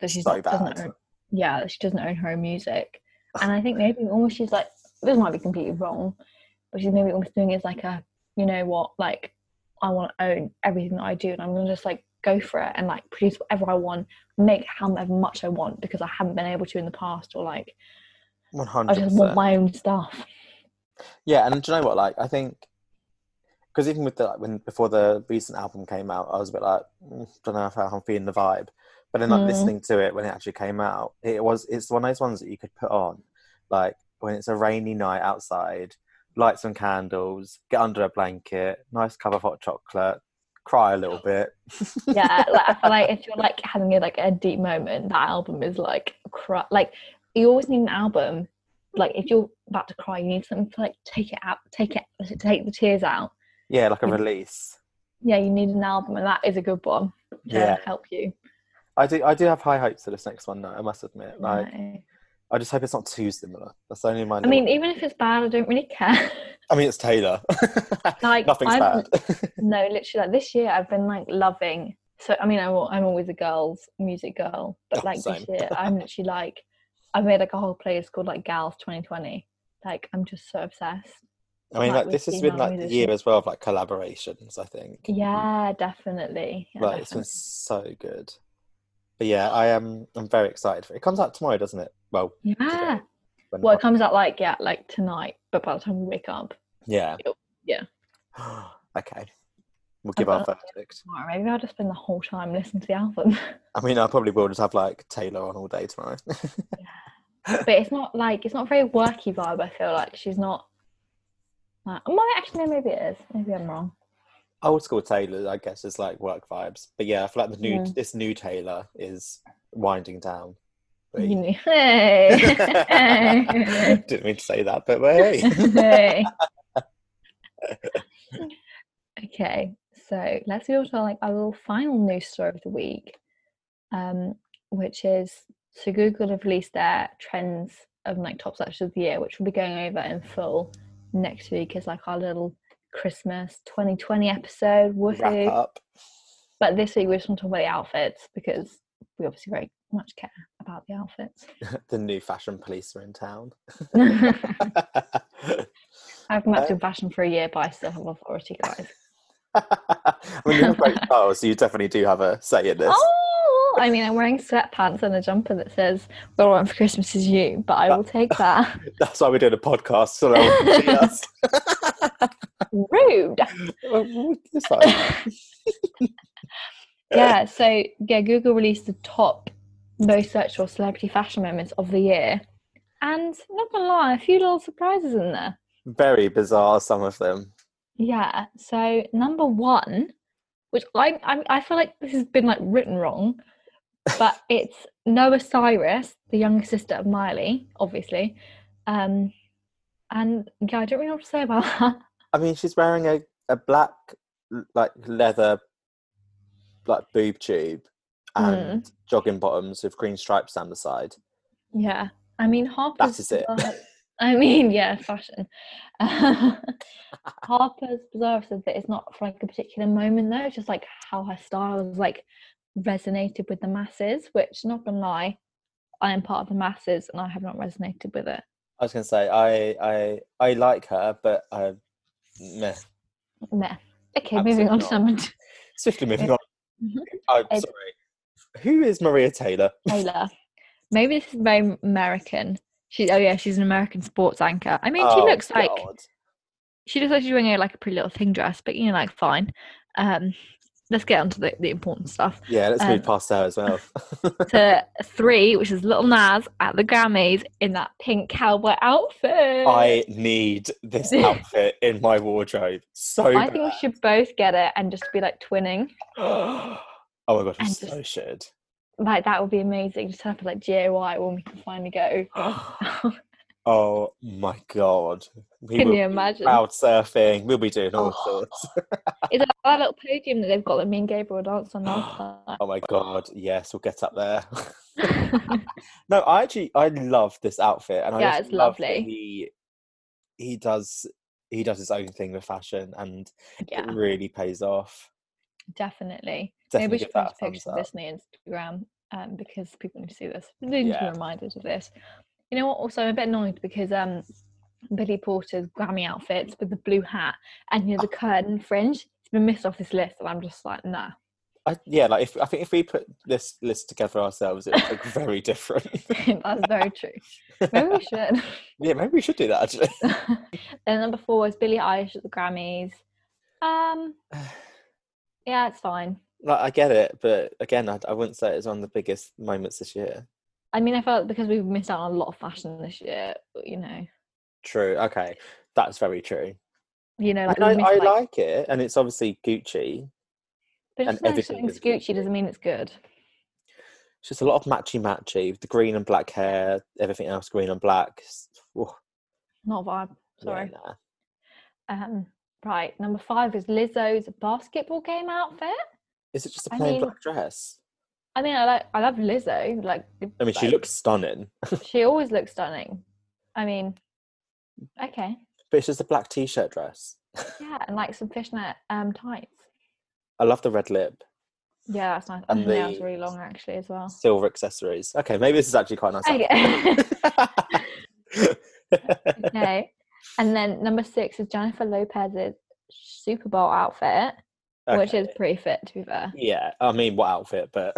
Speaker 1: that she's
Speaker 2: so
Speaker 1: not, doesn't
Speaker 2: bad.
Speaker 1: own, yeah that she doesn't own her own music, and I think maybe almost she's like this might be completely wrong, but she's maybe almost doing it as like a you know what like I want to own everything that I do and I'm gonna just like go for it and like produce whatever I want, make however much I want because I haven't been able to in the past or like
Speaker 2: one
Speaker 1: I
Speaker 2: hundred
Speaker 1: just want
Speaker 2: percent.
Speaker 1: my own stuff.
Speaker 2: Yeah, and do you know what? Like I think because even with the like, when before the recent album came out, I was a bit like mm, don't know if I'm feeling the vibe. But then like
Speaker 1: Mm.
Speaker 2: listening to it when it actually came out, it was it's one of those ones that you could put on like when it's a rainy night outside, light some candles, get under a blanket, nice cup of hot chocolate, cry a little bit.
Speaker 1: yeah like, i feel like if you're like having a, like a deep moment that album is like cry like you always need an album like if you're about to cry you need something to like take it out take it take the tears out
Speaker 2: Yeah, like a
Speaker 1: Yeah.
Speaker 2: release.
Speaker 1: yeah you need an album and that is a good one to
Speaker 2: Yeah.
Speaker 1: help you
Speaker 2: I do I do have high hopes for this next one though, I must admit. Like
Speaker 1: Right.
Speaker 2: I just hope it's not too similar. That's only my
Speaker 1: i mean even if it's bad i don't really care
Speaker 2: I mean it's Taylor.
Speaker 1: like
Speaker 2: Nothing's
Speaker 1: I'm-
Speaker 2: bad.
Speaker 1: no literally like this year i've been like loving so i mean i'm, al- I'm always a girls music girl but
Speaker 2: Oh,
Speaker 1: like
Speaker 2: same.
Speaker 1: this year i'm literally like i've made like a whole playlist called like gals 2020 like i'm just so obsessed
Speaker 2: I mean
Speaker 1: like,
Speaker 2: like
Speaker 1: with
Speaker 2: this has been
Speaker 1: female
Speaker 2: like the year
Speaker 1: musicians.
Speaker 2: as well of like collaborations, I think.
Speaker 1: yeah definitely yeah,
Speaker 2: Like it's been
Speaker 1: definitely.
Speaker 2: Mm-hmm. so good. But yeah, I am I'm very excited for it. It comes out tomorrow, doesn't it? Well
Speaker 1: yeah.
Speaker 2: when
Speaker 1: well it comes out like yeah like tonight but by the time we wake up
Speaker 2: yeah.
Speaker 1: yeah.
Speaker 2: okay. We'll give
Speaker 1: I've
Speaker 2: our
Speaker 1: got
Speaker 2: verdict.
Speaker 1: Tomorrow, maybe I'll just spend the whole time listening to the album.
Speaker 2: I mean, I probably will just have like Taylor on all day tomorrow.
Speaker 1: but it's not like it's not a very worky vibe. I feel like she's not. Like, might actually no, maybe it is. Maybe I'm wrong.
Speaker 2: Old school Taylor, I guess, is like work vibes. But yeah, I feel like the new
Speaker 1: Yeah.
Speaker 2: this new Taylor is winding down. But-
Speaker 1: You knew. Hey.
Speaker 2: Didn't mean to say that, but hey.
Speaker 1: Hey. okay, so let's go to like our little final news story of the week, um, which is so Google have released their trends of like top searches of the year, which we'll be going over in full next week as like our little Christmas 2020 episode.
Speaker 2: Wrap
Speaker 1: Woohoo!
Speaker 2: up.
Speaker 1: But this week we just want to talk about the outfits because we obviously very much care about the outfits.
Speaker 2: The new fashion police are in town.
Speaker 1: I've
Speaker 2: Uh,
Speaker 1: matched in fashion for a year, but I still have authority, guys.
Speaker 2: I mean, you have great style, so you definitely do have a say in this.
Speaker 1: Oh, I mean, I'm wearing sweatpants and a jumper that says "What I want for Christmas is you," but I will take that.
Speaker 2: That's why we're doing a podcast. So no one can see us.
Speaker 1: Rude.
Speaker 2: It's fine.
Speaker 1: Yeah. So yeah, Google released the top most searched for celebrity fashion moments of the year, and not gonna lie, a few little surprises in there.
Speaker 2: Very bizarre, some of them.
Speaker 1: Yeah. So number one, which I I, I feel like this has been like written wrong, but it's Noah Cyrus, the younger sister of Miley, obviously. Um, and yeah, I don't really know what to say about that.
Speaker 2: I mean, she's wearing a, a black, l- like, leather, like, boob tube and jogging bottoms with green stripes down the side.
Speaker 1: Yeah. I mean, Harper's.
Speaker 2: That is it.
Speaker 1: Bazaar- Uh, I mean, yeah, fashion. Harper's Bazaar said that it's not for like a particular moment though, it's just like how her style has like resonated with the masses, which not gonna lie, I am part of the masses and I have not resonated with it.
Speaker 2: I was going to say, I, I, I like her, but I, meh.
Speaker 1: Meh. Okay, moving on to
Speaker 2: Absolutely
Speaker 1: number two.
Speaker 2: Swiftly moving on.
Speaker 1: Mhm.
Speaker 2: I'm
Speaker 1: Ed-
Speaker 2: sorry. Who is Maria Taylor?
Speaker 1: Taylor. Maybe this is very American. She oh yeah, she's an American sports anchor. I mean she
Speaker 2: Oh,
Speaker 1: looks like
Speaker 2: God.
Speaker 1: she looks like she's wearing a like a pretty little thing dress, but you know, like fine. Um let's get on to the, the important stuff.
Speaker 2: Yeah, let's move
Speaker 1: um,
Speaker 2: past her as well.
Speaker 1: to three, which is Little Nas at the Grammys in that pink cowboy outfit.
Speaker 2: I need this outfit in my wardrobe so
Speaker 1: I
Speaker 2: bad.
Speaker 1: think we should both get it and just be like twinning.
Speaker 2: oh my god, I'm
Speaker 1: And
Speaker 2: so should.
Speaker 1: Like that would be amazing. Just have like DIY when we can finally go.
Speaker 2: oh my god, we
Speaker 1: can
Speaker 2: will
Speaker 1: you imagine?
Speaker 2: crowd surfing. We'll be doing all
Speaker 1: Oh.
Speaker 2: sorts.
Speaker 1: Is that that little podium that they've got that me and Gabriel danced on last
Speaker 2: Oh my god, yes, we'll get up there.
Speaker 1: time?
Speaker 2: no, I actually I love this outfit, and I
Speaker 1: Yeah,
Speaker 2: just
Speaker 1: it's
Speaker 2: love that
Speaker 1: lovely.
Speaker 2: He he does he does his own thing with fashion, and
Speaker 1: yeah,
Speaker 2: it really pays off.
Speaker 1: definitely. Maybe
Speaker 2: Definitely
Speaker 1: we
Speaker 2: give
Speaker 1: should post
Speaker 2: that a
Speaker 1: pictures
Speaker 2: thumbs
Speaker 1: of
Speaker 2: up.
Speaker 1: this on the Instagram um, because people need to see this. They need to
Speaker 2: Yeah.
Speaker 1: be reminded of this. You know what? Also, I'm a bit annoyed because um, Billy Porter's Grammy outfits with the blue hat and you know the curtain fringe. It's been missed off this list, and I'm just like, nah.
Speaker 2: I, yeah, like if I think if we put this list together ourselves, it would look very different.
Speaker 1: That's very true. Maybe we should.
Speaker 2: yeah, maybe we should do that actually.
Speaker 1: then number four was Billie Eilish at the Grammys. Um, yeah, it's fine.
Speaker 2: Like, I get it, but again, I, I wouldn't say it's one of the biggest moments this year.
Speaker 1: I mean, I felt because we've missed out on a lot of fashion this year. You know,
Speaker 2: True. Okay, that's very true.
Speaker 1: you know,
Speaker 2: I,
Speaker 1: like,
Speaker 2: mean, I,
Speaker 1: we've missed,
Speaker 2: I
Speaker 1: like,
Speaker 2: like it, and it's obviously Gucci.
Speaker 1: but
Speaker 2: and
Speaker 1: just because
Speaker 2: everything
Speaker 1: something's
Speaker 2: is good.
Speaker 1: Gucci doesn't mean it's good.
Speaker 2: It's just a lot of matchy matchy. The green and black hair, everything else green and black. s- Ooh,
Speaker 1: Not a vibe.
Speaker 2: yeah,
Speaker 1: Sorry.
Speaker 2: nah.
Speaker 1: Um, right. Number five is Lizzo's basketball game outfit.
Speaker 2: Is it just a
Speaker 1: I
Speaker 2: plain
Speaker 1: mean-
Speaker 2: black dress?
Speaker 1: I mean, I like I love Lizzo. Like,
Speaker 2: I mean, she
Speaker 1: like,
Speaker 2: looks stunning,
Speaker 1: She always looks stunning. I mean, okay,
Speaker 2: but it's just a black t-shirt dress.
Speaker 1: yeah, and like some fishnet um tights.
Speaker 2: I love the red lip,
Speaker 1: Yeah, that's nice.
Speaker 2: And
Speaker 1: And the nails
Speaker 2: the-
Speaker 1: are really long actually as well.
Speaker 2: silver accessories. Okay, maybe this is actually quite a nice.
Speaker 1: Okay.
Speaker 2: outfit.
Speaker 1: okay. And then number six is Jennifer Lopez's Super Bowl outfit, which is
Speaker 2: Okay.
Speaker 1: pretty fit to be fair.
Speaker 2: yeah. I mean, what outfit? But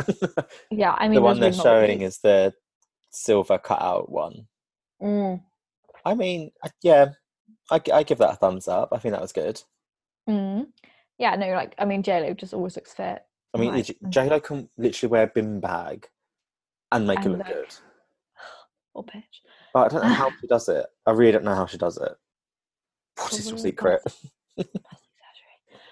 Speaker 1: Yeah, I mean
Speaker 2: the one they're
Speaker 1: there's really not
Speaker 2: showing
Speaker 1: really-
Speaker 2: is the silver cutout one.
Speaker 1: Mm.
Speaker 2: I mean, I- yeah, I, gi- I give that a thumbs up. I think that was good.
Speaker 1: Mm. Yeah, no, like I mean, JLo just always looks fit.
Speaker 2: I mean,
Speaker 1: Right.
Speaker 2: J Lo can literally wear a bin bag and make it
Speaker 1: And
Speaker 2: look
Speaker 1: look-
Speaker 2: good.
Speaker 1: Or bitch.
Speaker 2: But I don't know how she does it. I really don't know how she does it. What is your
Speaker 1: Probably
Speaker 2: secret?
Speaker 1: Plastic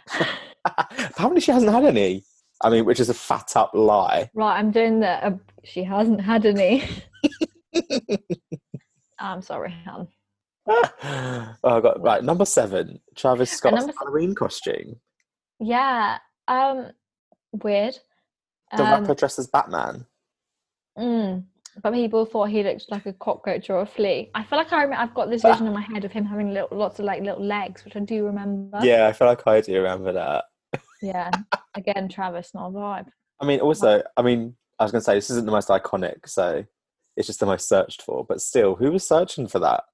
Speaker 1: surgery.
Speaker 2: Apparently, she hasn't had any. I mean, which is a fat up lie.
Speaker 1: right, I'm doing the. Uh, she hasn't had any. I'm sorry, Han.
Speaker 2: oh, I got right number seven. Travis Scott's
Speaker 1: number se-
Speaker 2: Halloween costume.
Speaker 1: Yeah. Um. Weird.
Speaker 2: The
Speaker 1: um,
Speaker 2: rapper dressed as Batman.
Speaker 1: mm, but people thought he looked like a cockroach or a flea. I feel like I remember. I've got this vision in my head of him having little, lots of like little legs, which I do remember.
Speaker 2: Yeah, I feel like I do remember that.
Speaker 1: Yeah. Again, Travis, not a vibe.
Speaker 2: I mean, also, I mean, I was going to say this isn't the most iconic, so it's just the most searched for. But still, who was searching for that?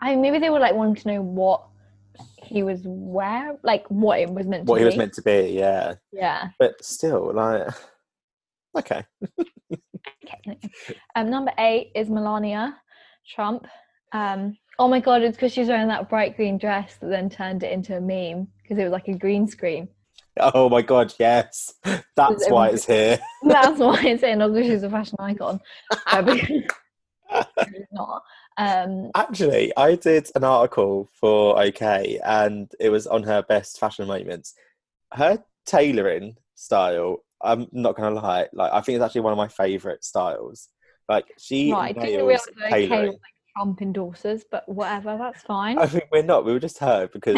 Speaker 1: I mean, maybe they were like wanting to know what he was wearing, like what it was meant
Speaker 2: What
Speaker 1: to
Speaker 2: he
Speaker 1: be.
Speaker 2: was meant to be? Yeah,
Speaker 1: Yeah.
Speaker 2: but still, like, okay,
Speaker 1: Okay. Um, number eight is Melania Trump. Um, oh my god, it's because she's wearing that bright green dress that then turned it into a meme because it was like a green screen.
Speaker 2: oh my god, yes, that's why it's here.
Speaker 1: That's why it's in, not because she's a fashion icon. Uh, because- She's not. Um,
Speaker 2: Actually, I did an article for OK, and it was on her best fashion moments. Her tailoring style, I'm not gonna lie, like I think it's actually one of my favorite styles. Like she
Speaker 1: right, I didn't
Speaker 2: nails
Speaker 1: realize okay,
Speaker 2: tailoring.
Speaker 1: like Trump endorses, but whatever, that's fine.
Speaker 2: I think we're not. We were just her because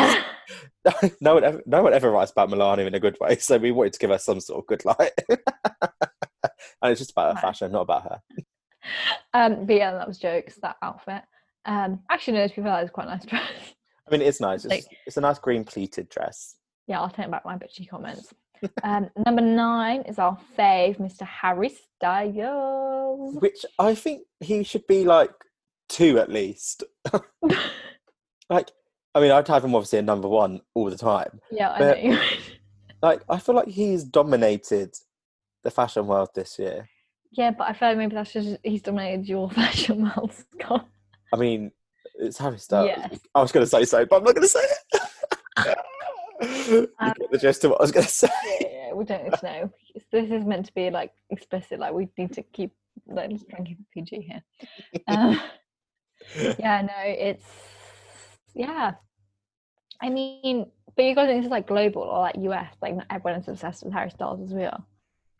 Speaker 2: no one ever, no one ever writes about Milano in a good way. So we wanted to give her some sort of good light. and it's just about her
Speaker 1: Right.
Speaker 2: fashion, not about her.
Speaker 1: um, but yeah, that was jokes. That outfit. Um, actually, no, to be fair, that was quite a nice dress.
Speaker 2: I mean, it's nice. It's,
Speaker 1: Like-
Speaker 2: it's a nice green pleated dress.
Speaker 1: Yeah, I'll take back my bitchy comments. um, number nine is our fave, Mr. Harry Styles.
Speaker 2: Which I think he should be like two at least. like, I mean, I'd have him obviously at number one all the time.
Speaker 1: Yeah, I
Speaker 2: But-
Speaker 1: know. you mean.
Speaker 2: Like, I feel like he's dominated the fashion world this year.
Speaker 1: yeah, but I feel like maybe that's just he's dominated your fashion world, Scott.
Speaker 2: I mean, it's Harry Styles.
Speaker 1: Yes.
Speaker 2: I was going to say so, but I'm not going to say it. you
Speaker 1: Um,
Speaker 2: get the gist of what I was going to say.
Speaker 1: Yeah, yeah, yeah, we don't need to know. It's- This is meant to be like explicit. Like we need to keep like let's try and keep it PG here. Um, yeah, no, it's yeah. I mean, but you guys think this is like global or like US. Like not everyone's obsessed with Harry Styles as we are.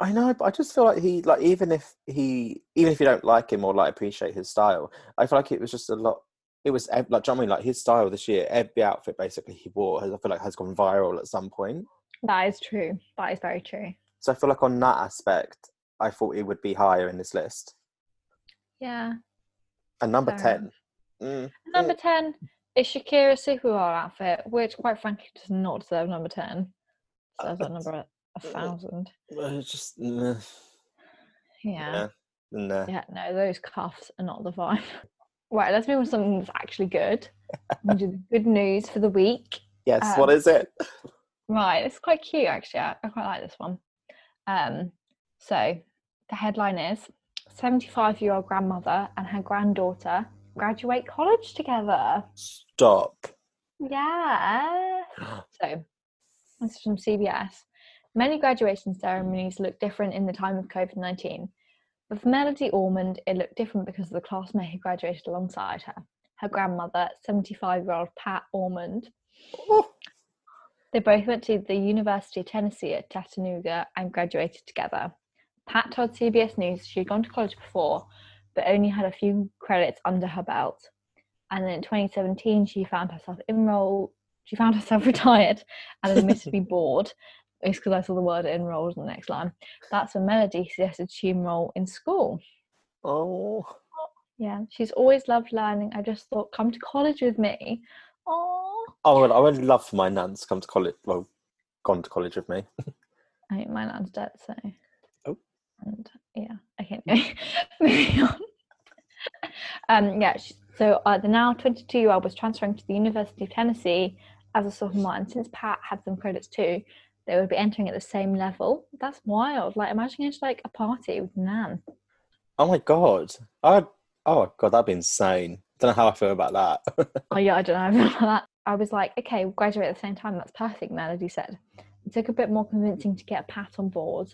Speaker 2: I know, but I just feel like he, like, even if he, even if you don't like him or like appreciate his style, I feel like it was just a lot. It was ev- like, do you know what I mean? Like his style this year, every outfit basically he wore, has, I feel like has gone viral at some point.
Speaker 1: That is true. That is very true.
Speaker 2: So I feel like on that aspect, I thought it would be higher in this list.
Speaker 1: Yeah.
Speaker 2: And number
Speaker 1: Fair
Speaker 2: ten, mm,
Speaker 1: Number ten is Shakira's Supergirl outfit, which quite frankly does not deserve number ten.
Speaker 2: Uh,
Speaker 1: Deserves like number a
Speaker 2: uh,
Speaker 1: thousand.
Speaker 2: well, it's just nah,
Speaker 1: Yeah.
Speaker 2: nah, nah.
Speaker 1: Yeah, no, those cuffs are not the vibe. Right, let's move on to something that's actually good. We do the good news for the week.
Speaker 2: Yes,
Speaker 1: Um,
Speaker 2: what is it?
Speaker 1: Right, it's quite cute actually. I, I quite like this one. Um, so the headline is 75 year old grandmother and her granddaughter graduate college together.
Speaker 2: Stop.
Speaker 1: Yeah. So, this is from CBS. Many graduation ceremonies look different in the time of COVID 19. But for Melody Ormond, it looked different because of the classmate who graduated alongside her, her grandmother, 75 year old Pat Ormond.
Speaker 2: Oh.
Speaker 1: They both went to the University of Tennessee at Chattanooga and graduated together. Pat told CBS News she'd gone to college before, but only had a few credits under her belt. And then in 2017, she found herself enrolled. She found herself retired and admittedly bored. It's because I saw the word enrolled in the next line. That's when Melody suggested she enroll in school.
Speaker 2: Oh.
Speaker 1: Yeah, she's always loved learning. I just thought, come to college with me. Oh,
Speaker 2: Oh, well, I would love for my nan to come to college. Well, gone to college with me.
Speaker 1: I mean, my nan's dead, so.
Speaker 2: Oh.
Speaker 1: And yeah, okay. Anyway, moving on. Um, yeah, sh- so uh, the now 22 year old was transferring to the University of Tennessee as a sophomore, and since Pat had some credits too, they would be entering at the same level. That's wild. Like, imagine it's like a party with Nan.
Speaker 2: Oh my god. I oh my god, that'd be insane. Don't know how I feel about that.
Speaker 1: Oh, yeah, I don't know about that. I was like, okay, we'll graduate at the same time. That's perfect, Melody said. It took a bit more convincing to get Pat on board.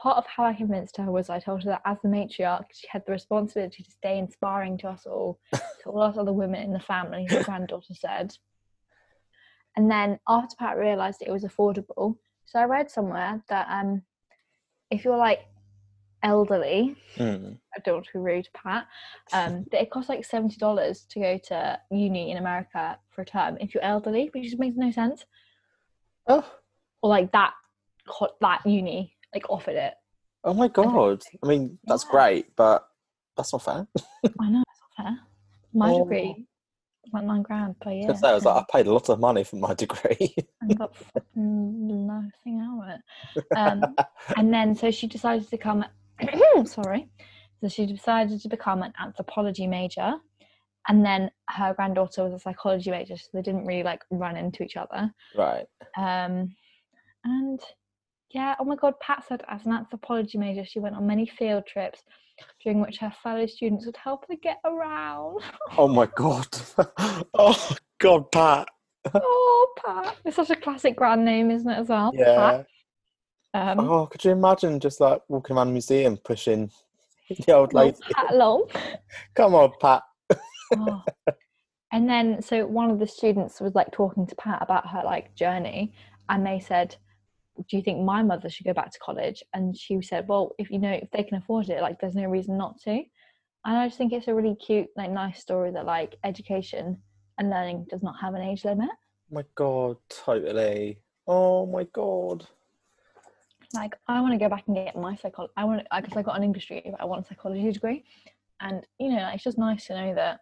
Speaker 1: Part of how I convinced her was I told her that as the matriarch, she had the responsibility to stay inspiring to us all, to all us other women in the family, her granddaughter said. And then after Pat realised it was affordable, so I read somewhere that um, if you're like elderly,
Speaker 2: Mm.
Speaker 1: I don't want to be rude, Pat. Um, but it costs like seventy dollars to go to uni in America for a term if you're elderly, which just makes no sense.
Speaker 2: Oh,
Speaker 1: Or like that, co- that uni like offered it.
Speaker 2: oh my god. I mean, that's
Speaker 1: Yeah.
Speaker 2: great, but that's not fair.
Speaker 1: I know it's not fair. My
Speaker 2: Oh.
Speaker 1: degree was like nine grand per year.
Speaker 2: Because I was like, I paid a lot of money for my degree.
Speaker 1: and got fucking nothing out of it. Um, and then so she decided to come. sorry, so she decided to become an anthropology major, and then her granddaughter was a psychology major, so they didn't really like run into each other.
Speaker 2: right.
Speaker 1: Um, and yeah, oh my God, Pat said as an anthropology major, she went on many field trips during which her fellow students would help her get around.
Speaker 2: Oh my god. oh god, Pat.
Speaker 1: oh, Pat! It's such a classic grand name, isn't it? As well,
Speaker 2: Yeah.
Speaker 1: Pat. Um,
Speaker 2: Oh, could you imagine just like walking around a museum pushing the old
Speaker 1: Hello,
Speaker 2: lady?
Speaker 1: Pat Long.
Speaker 2: Come on, Pat.
Speaker 1: Oh. and then so one of the students was like talking to pat about her like journey and they said do you think my mother should go back to college and she said well if you know if they can afford it like there's no reason not to and i just think it's a really cute like nice story that like education and learning does not have an age limit
Speaker 2: Oh My god, totally. Oh my god.
Speaker 1: like i want to go back and get my psychology i want because i got an english degree but i want a psychology degree and you know like, it's just nice to know that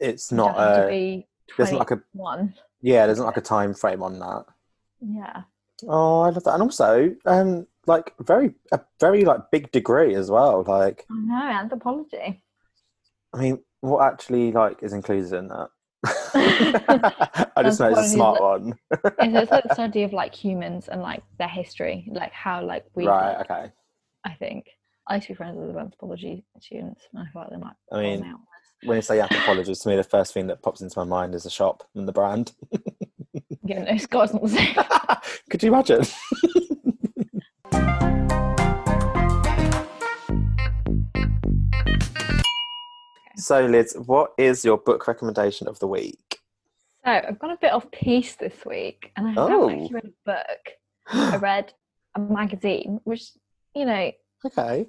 Speaker 2: It's
Speaker 1: you
Speaker 2: not
Speaker 1: don't have to
Speaker 2: a.
Speaker 1: be
Speaker 2: There's not like a.
Speaker 1: 21
Speaker 2: Yeah, there's not like a time frame on that.
Speaker 1: yeah
Speaker 2: Oh, I love that, and also, um, like very a very like big degree as well. Like,
Speaker 1: i know anthropology
Speaker 2: I mean, what actually like is included in that? I just know it's a
Speaker 1: Anthropology
Speaker 2: smart
Speaker 1: is-
Speaker 2: one,
Speaker 1: it's, it's like the study of like humans and like their history, like how like we.
Speaker 2: right?
Speaker 1: like,
Speaker 2: Okay.
Speaker 1: I think I used to be friends with anthropology students, and I feel like they might.
Speaker 2: I
Speaker 1: call me
Speaker 2: mean,
Speaker 1: out.
Speaker 2: when you say anthropologist, to me, the first thing that pops into my mind is the shop and the brand.
Speaker 1: yeah, no, Scott's not the same.
Speaker 2: Could you imagine? so, Liz, what is your book recommendation of the week?
Speaker 1: So I've got a bit of peace this week, and I
Speaker 2: Oh.
Speaker 1: haven't actually read a book. I read a magazine, which you know,
Speaker 2: okay.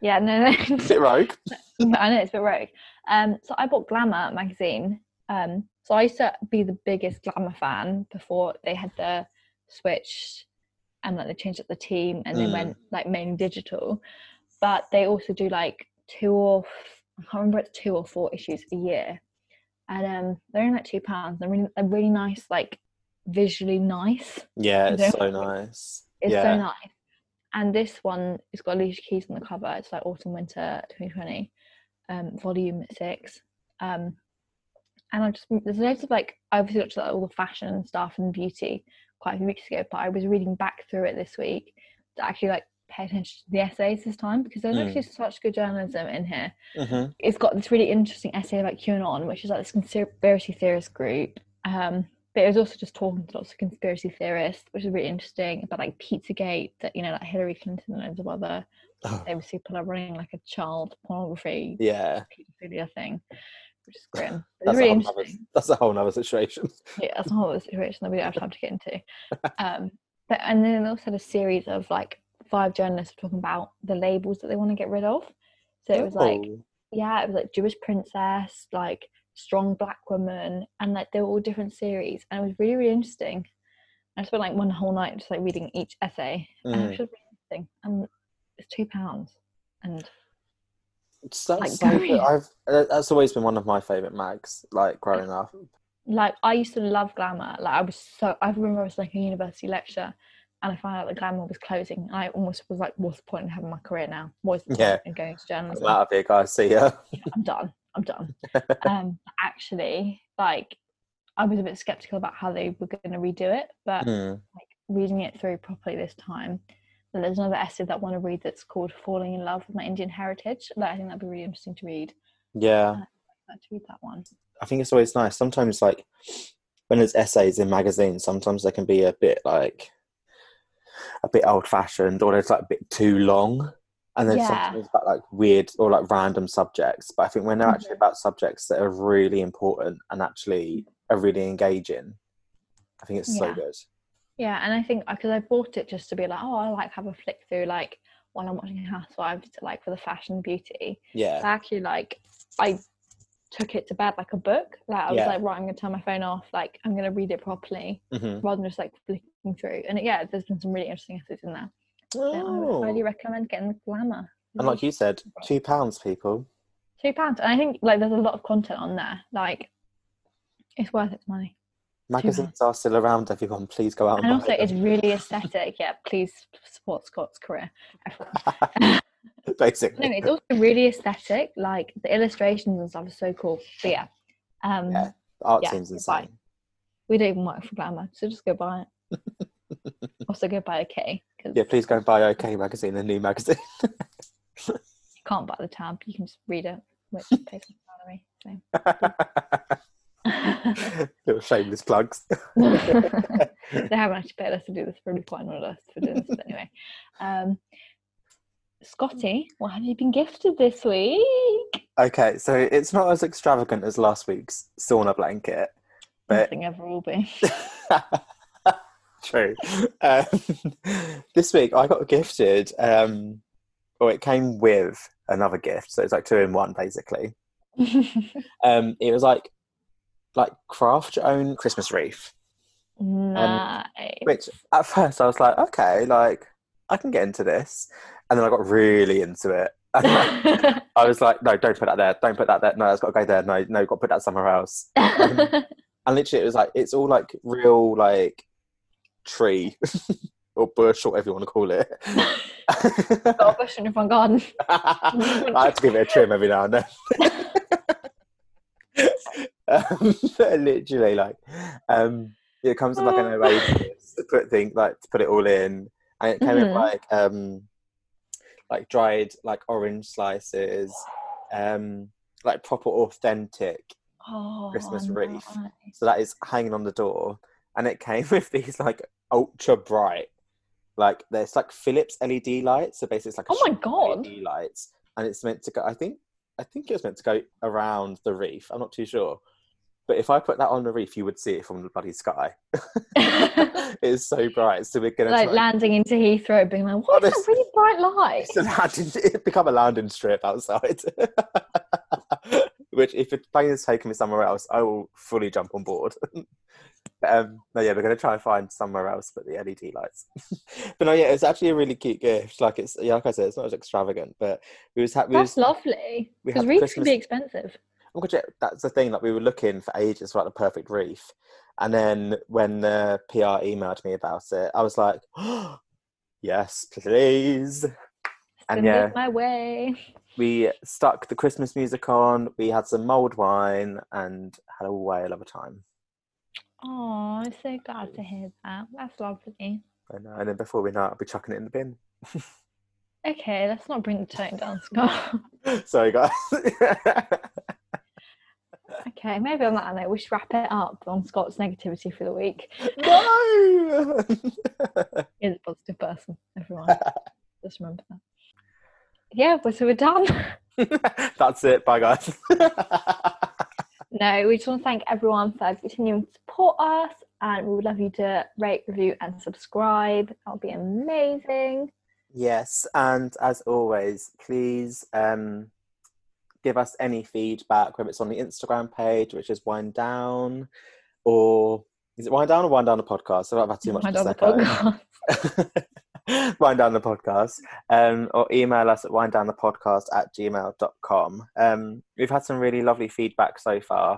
Speaker 1: yeah, no, no,
Speaker 2: Is it rogue?
Speaker 1: I know it's a bit rogue. Um, so I bought Glamour magazine. Um, so I used to be the biggest Glamour fan before they had the switch and like they changed up the team and they
Speaker 2: Mm.
Speaker 1: went like mainly digital. But they also do like two or f- I can't remember it's two or four issues a year, and um, they're only like two pounds. They're really, they're really nice, like visually nice.
Speaker 2: Yeah,
Speaker 1: No.
Speaker 2: it's so nice.
Speaker 1: It's
Speaker 2: yeah.
Speaker 1: so nice. And this one, it's got Alicia Keys on the cover. It's like autumn winter 2020, um, volume six. Um, and I just there's loads of like I obviously looked at all the fashion and stuff and beauty quite a few weeks ago, but I was reading back through it this week to actually like pay attention to the essays this time because there's
Speaker 2: Mm.
Speaker 1: actually such good journalism in here
Speaker 2: Mhm.
Speaker 1: it's got this really interesting essay about QAnon, which is like this conspiracy theorist group. Um, but it was also just talking to lots of conspiracy theorists, which is really interesting about like Pizzagate, that you know, like Hillary Clinton and loads of other
Speaker 2: Oh,
Speaker 1: famous people are running like a child pornography
Speaker 2: yeah.
Speaker 1: pedophilia thing, which is grim. But It's
Speaker 2: That's,
Speaker 1: really
Speaker 2: a whole nother,
Speaker 1: interesting
Speaker 2: that's a whole nother situation.
Speaker 1: yeah, that's a whole other situation that we don't have time to get into. Um, but and then they also had a series of like five journalists talking about the labels that they want to get rid of. So it was like
Speaker 2: Oh,
Speaker 1: yeah, it was like Jewish princess, like strong black woman, and like they were all different series, and it was really really interesting. I spent like one whole night just like reading each essay, and it
Speaker 2: mm.
Speaker 1: was just really interesting. And it's two pounds, and
Speaker 2: It's- that's
Speaker 1: like,
Speaker 2: so good.
Speaker 1: Dorian.
Speaker 2: I've uh, that's always been one of my favorite mags. Like growing up,
Speaker 1: like I used to love glamour. Like I was so I remember I was like a university lecture, and I found out that glamour was closing. And I almost was like, what's the point in having my career now? What's the
Speaker 2: Yeah.
Speaker 1: point in going to
Speaker 2: I'm
Speaker 1: journalism?
Speaker 2: out of here, guys. See ya.
Speaker 1: I'm done. I'm done. um, actually, like I was a bit skeptical about how they were going to redo it, but
Speaker 2: Mm.
Speaker 1: reading it through properly this time. And there's another essay that I want to read that's called "Falling in Love with My Indian Heritage." Like, I think that'd be really interesting to read.
Speaker 2: Yeah.
Speaker 1: I'd like to read that one.
Speaker 2: I think it's always nice. Sometimes, like when there's essays in magazines, sometimes they can be a bit like a bit old-fashioned, or it's like a bit too long, and then
Speaker 1: Yeah.
Speaker 2: sometimes about like weird or like random subjects. But I think when they're actually
Speaker 1: Mm-hmm.
Speaker 2: about subjects that are really important and actually are really engaging, I think it's so
Speaker 1: Yeah.
Speaker 2: good.
Speaker 1: Yeah, and I think because I bought it just to be like, oh, I like have a flick through like while I'm watching Housewives, like for the fashion beauty.
Speaker 2: Yeah,
Speaker 1: So actually, like I took it to bed like a book. Like I was
Speaker 2: Yeah.
Speaker 1: like, right, I'm gonna turn my phone off. Like I'm gonna read it properly
Speaker 2: hmm
Speaker 1: rather than just like flicking through. And it, yeah, there's been some really interesting essays in there. So I would highly recommend getting the Glamour.
Speaker 2: Oh. and like you said, two pounds, people.
Speaker 1: two pounds, and I think like there's a lot of content on there. Like it's worth its money.
Speaker 2: Magazines are still around, everyone. Please go out and,
Speaker 1: and
Speaker 2: buy
Speaker 1: also
Speaker 2: them.
Speaker 1: it's really aesthetic yeah please support scott's career everyone.
Speaker 2: basically.
Speaker 1: no it's also really aesthetic like the illustrations and stuff are so cool but yeah um
Speaker 2: Yeah. Art
Speaker 1: yeah,
Speaker 2: seems
Speaker 1: goodbye.
Speaker 2: insane.
Speaker 1: we don't even work for glamour so just go buy it also go buy a k because
Speaker 2: Yeah, please go and buy OK magazine, the new magazine.
Speaker 1: you can't buy the tab you can just read it which pays my salary so
Speaker 2: Little shameless plugs.
Speaker 1: they haven't actually paid us to do this probably quite annoyed us for doing this but anyway um scotty what have you been gifted this week
Speaker 2: Okay, so it's not as extravagant as last week's sauna blanket, but
Speaker 1: Nothing ever will be.
Speaker 2: true. Um, this week I got gifted, um, or it came with another gift, so it's like two in one basically. Um, it was like like craft your own Christmas wreath.
Speaker 1: nice.
Speaker 2: Um, which at first I was like, okay, like I can get into this, and then I got really into it. I was like, no, don't put that there. Don't put that there. No, that's got to go there. No, no, got to put that somewhere else. And literally, it was like it's all like real like tree or bush or whatever you want to call it.
Speaker 1: Got a bush in your front garden.
Speaker 2: I had to give it a trim every now and then. um, literally, like, um, it comes in like an
Speaker 1: Oh.
Speaker 2: oasis to put thing like to put it all in, and it came in
Speaker 1: Mhm.
Speaker 2: like um, like dried like orange slices, um, like proper authentic.
Speaker 1: Oh,
Speaker 2: Christmas wreath.
Speaker 1: nice.
Speaker 2: So that is hanging on the door, and it came with these like ultra bright, like there's like Philips LED lights. So basically, it's like a
Speaker 1: Oh my
Speaker 2: shine
Speaker 1: God.
Speaker 2: LED E lights, and it's meant to go. I think I think it was meant to go around the reef. I'm not too sure, but if I put that on the reef, you would see it from the bloody sky. it's so bright. So we're gonna
Speaker 1: like
Speaker 2: try-
Speaker 1: landing into Heathrow, being like, "What is that
Speaker 2: Honest-
Speaker 1: really bright light?"
Speaker 2: it's a landing, it become a landing strip outside. Which, if the plane is taking me somewhere else, I will fully jump on board. um, no, yeah, we're going to try and find somewhere else but the LED lights. but no, yeah, it's actually a really cute gift. Like it's yeah, like I said, it's not as extravagant, but we was happy.
Speaker 1: That's lovely.
Speaker 2: we
Speaker 1: Because
Speaker 2: had
Speaker 1: wreaths can be
Speaker 2: Christmas-
Speaker 1: expensive.
Speaker 2: Oh, God, yeah, that's the thing. Like we were looking for ages for like the perfect reef, and then when the PR emailed me about it, I was like, yes, please.
Speaker 1: Gonna
Speaker 2: And
Speaker 1: be
Speaker 2: yeah.
Speaker 1: my way.
Speaker 2: we stuck the Christmas music on, we had some mulled wine, and had a whale of a time.
Speaker 1: Oh, I'm so glad to hear that. That's lovely.
Speaker 2: And, uh, and then before we know it, I'll be chucking it in the bin.
Speaker 1: Okay, let's not bring the tone down, Scott.
Speaker 2: Sorry, guys.
Speaker 1: okay, maybe on that note, we should wrap it up on Scott's negativity for the week.
Speaker 2: no!
Speaker 1: is a positive person, everyone. Just remember that. Yeah, but so we're done.
Speaker 2: That's it. Bye, guys.
Speaker 1: No, we just want to thank everyone for continuing to support us, and we would love you to rate, review, and subscribe. That would be amazing.
Speaker 2: yes, and as always, please um, give us any feedback, whether it's on the Instagram page, which is Wind Down, or is it Wind Down or Wind Down the podcast? So I've had too much.
Speaker 1: Mind on the
Speaker 2: Prosecco.
Speaker 1: podcast.
Speaker 2: wind down the podcast um, or email us at wind down the podcast at gmail.com um, we've had some really lovely feedback so far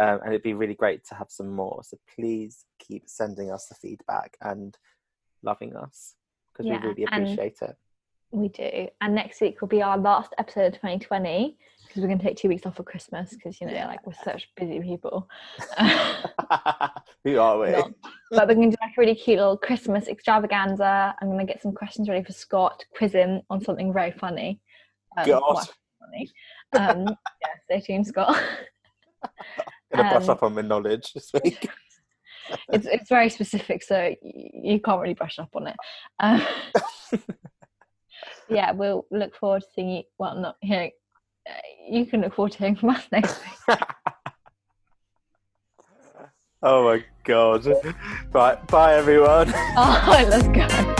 Speaker 2: um, and it'd be really great to have some more so please keep sending us the feedback and loving us because
Speaker 1: Yeah,
Speaker 2: we really
Speaker 1: and-
Speaker 2: appreciate it
Speaker 1: We do. And next week will be our last episode of 2020 because we're going to take two weeks off for Christmas because, you know, like we're such busy people.
Speaker 2: who are we
Speaker 1: not. But we're going to do like a really cute little Christmas extravaganza. I'm going to get some questions ready for Scott, quiz him on something very funny. Um,
Speaker 2: God.
Speaker 1: well, funny. Um, yeah, stay tuned, Scott.
Speaker 2: Gonna brush
Speaker 1: Um,
Speaker 2: up on my knowledge this week.
Speaker 1: it's it's very specific, so y- you can't really brush up on it. Um, yeah, we'll look forward to seeing you. Well, not hearing. Uh, you can look forward to hearing from us next week.
Speaker 2: oh my god. Right, bye everyone.
Speaker 1: Oh, let's go.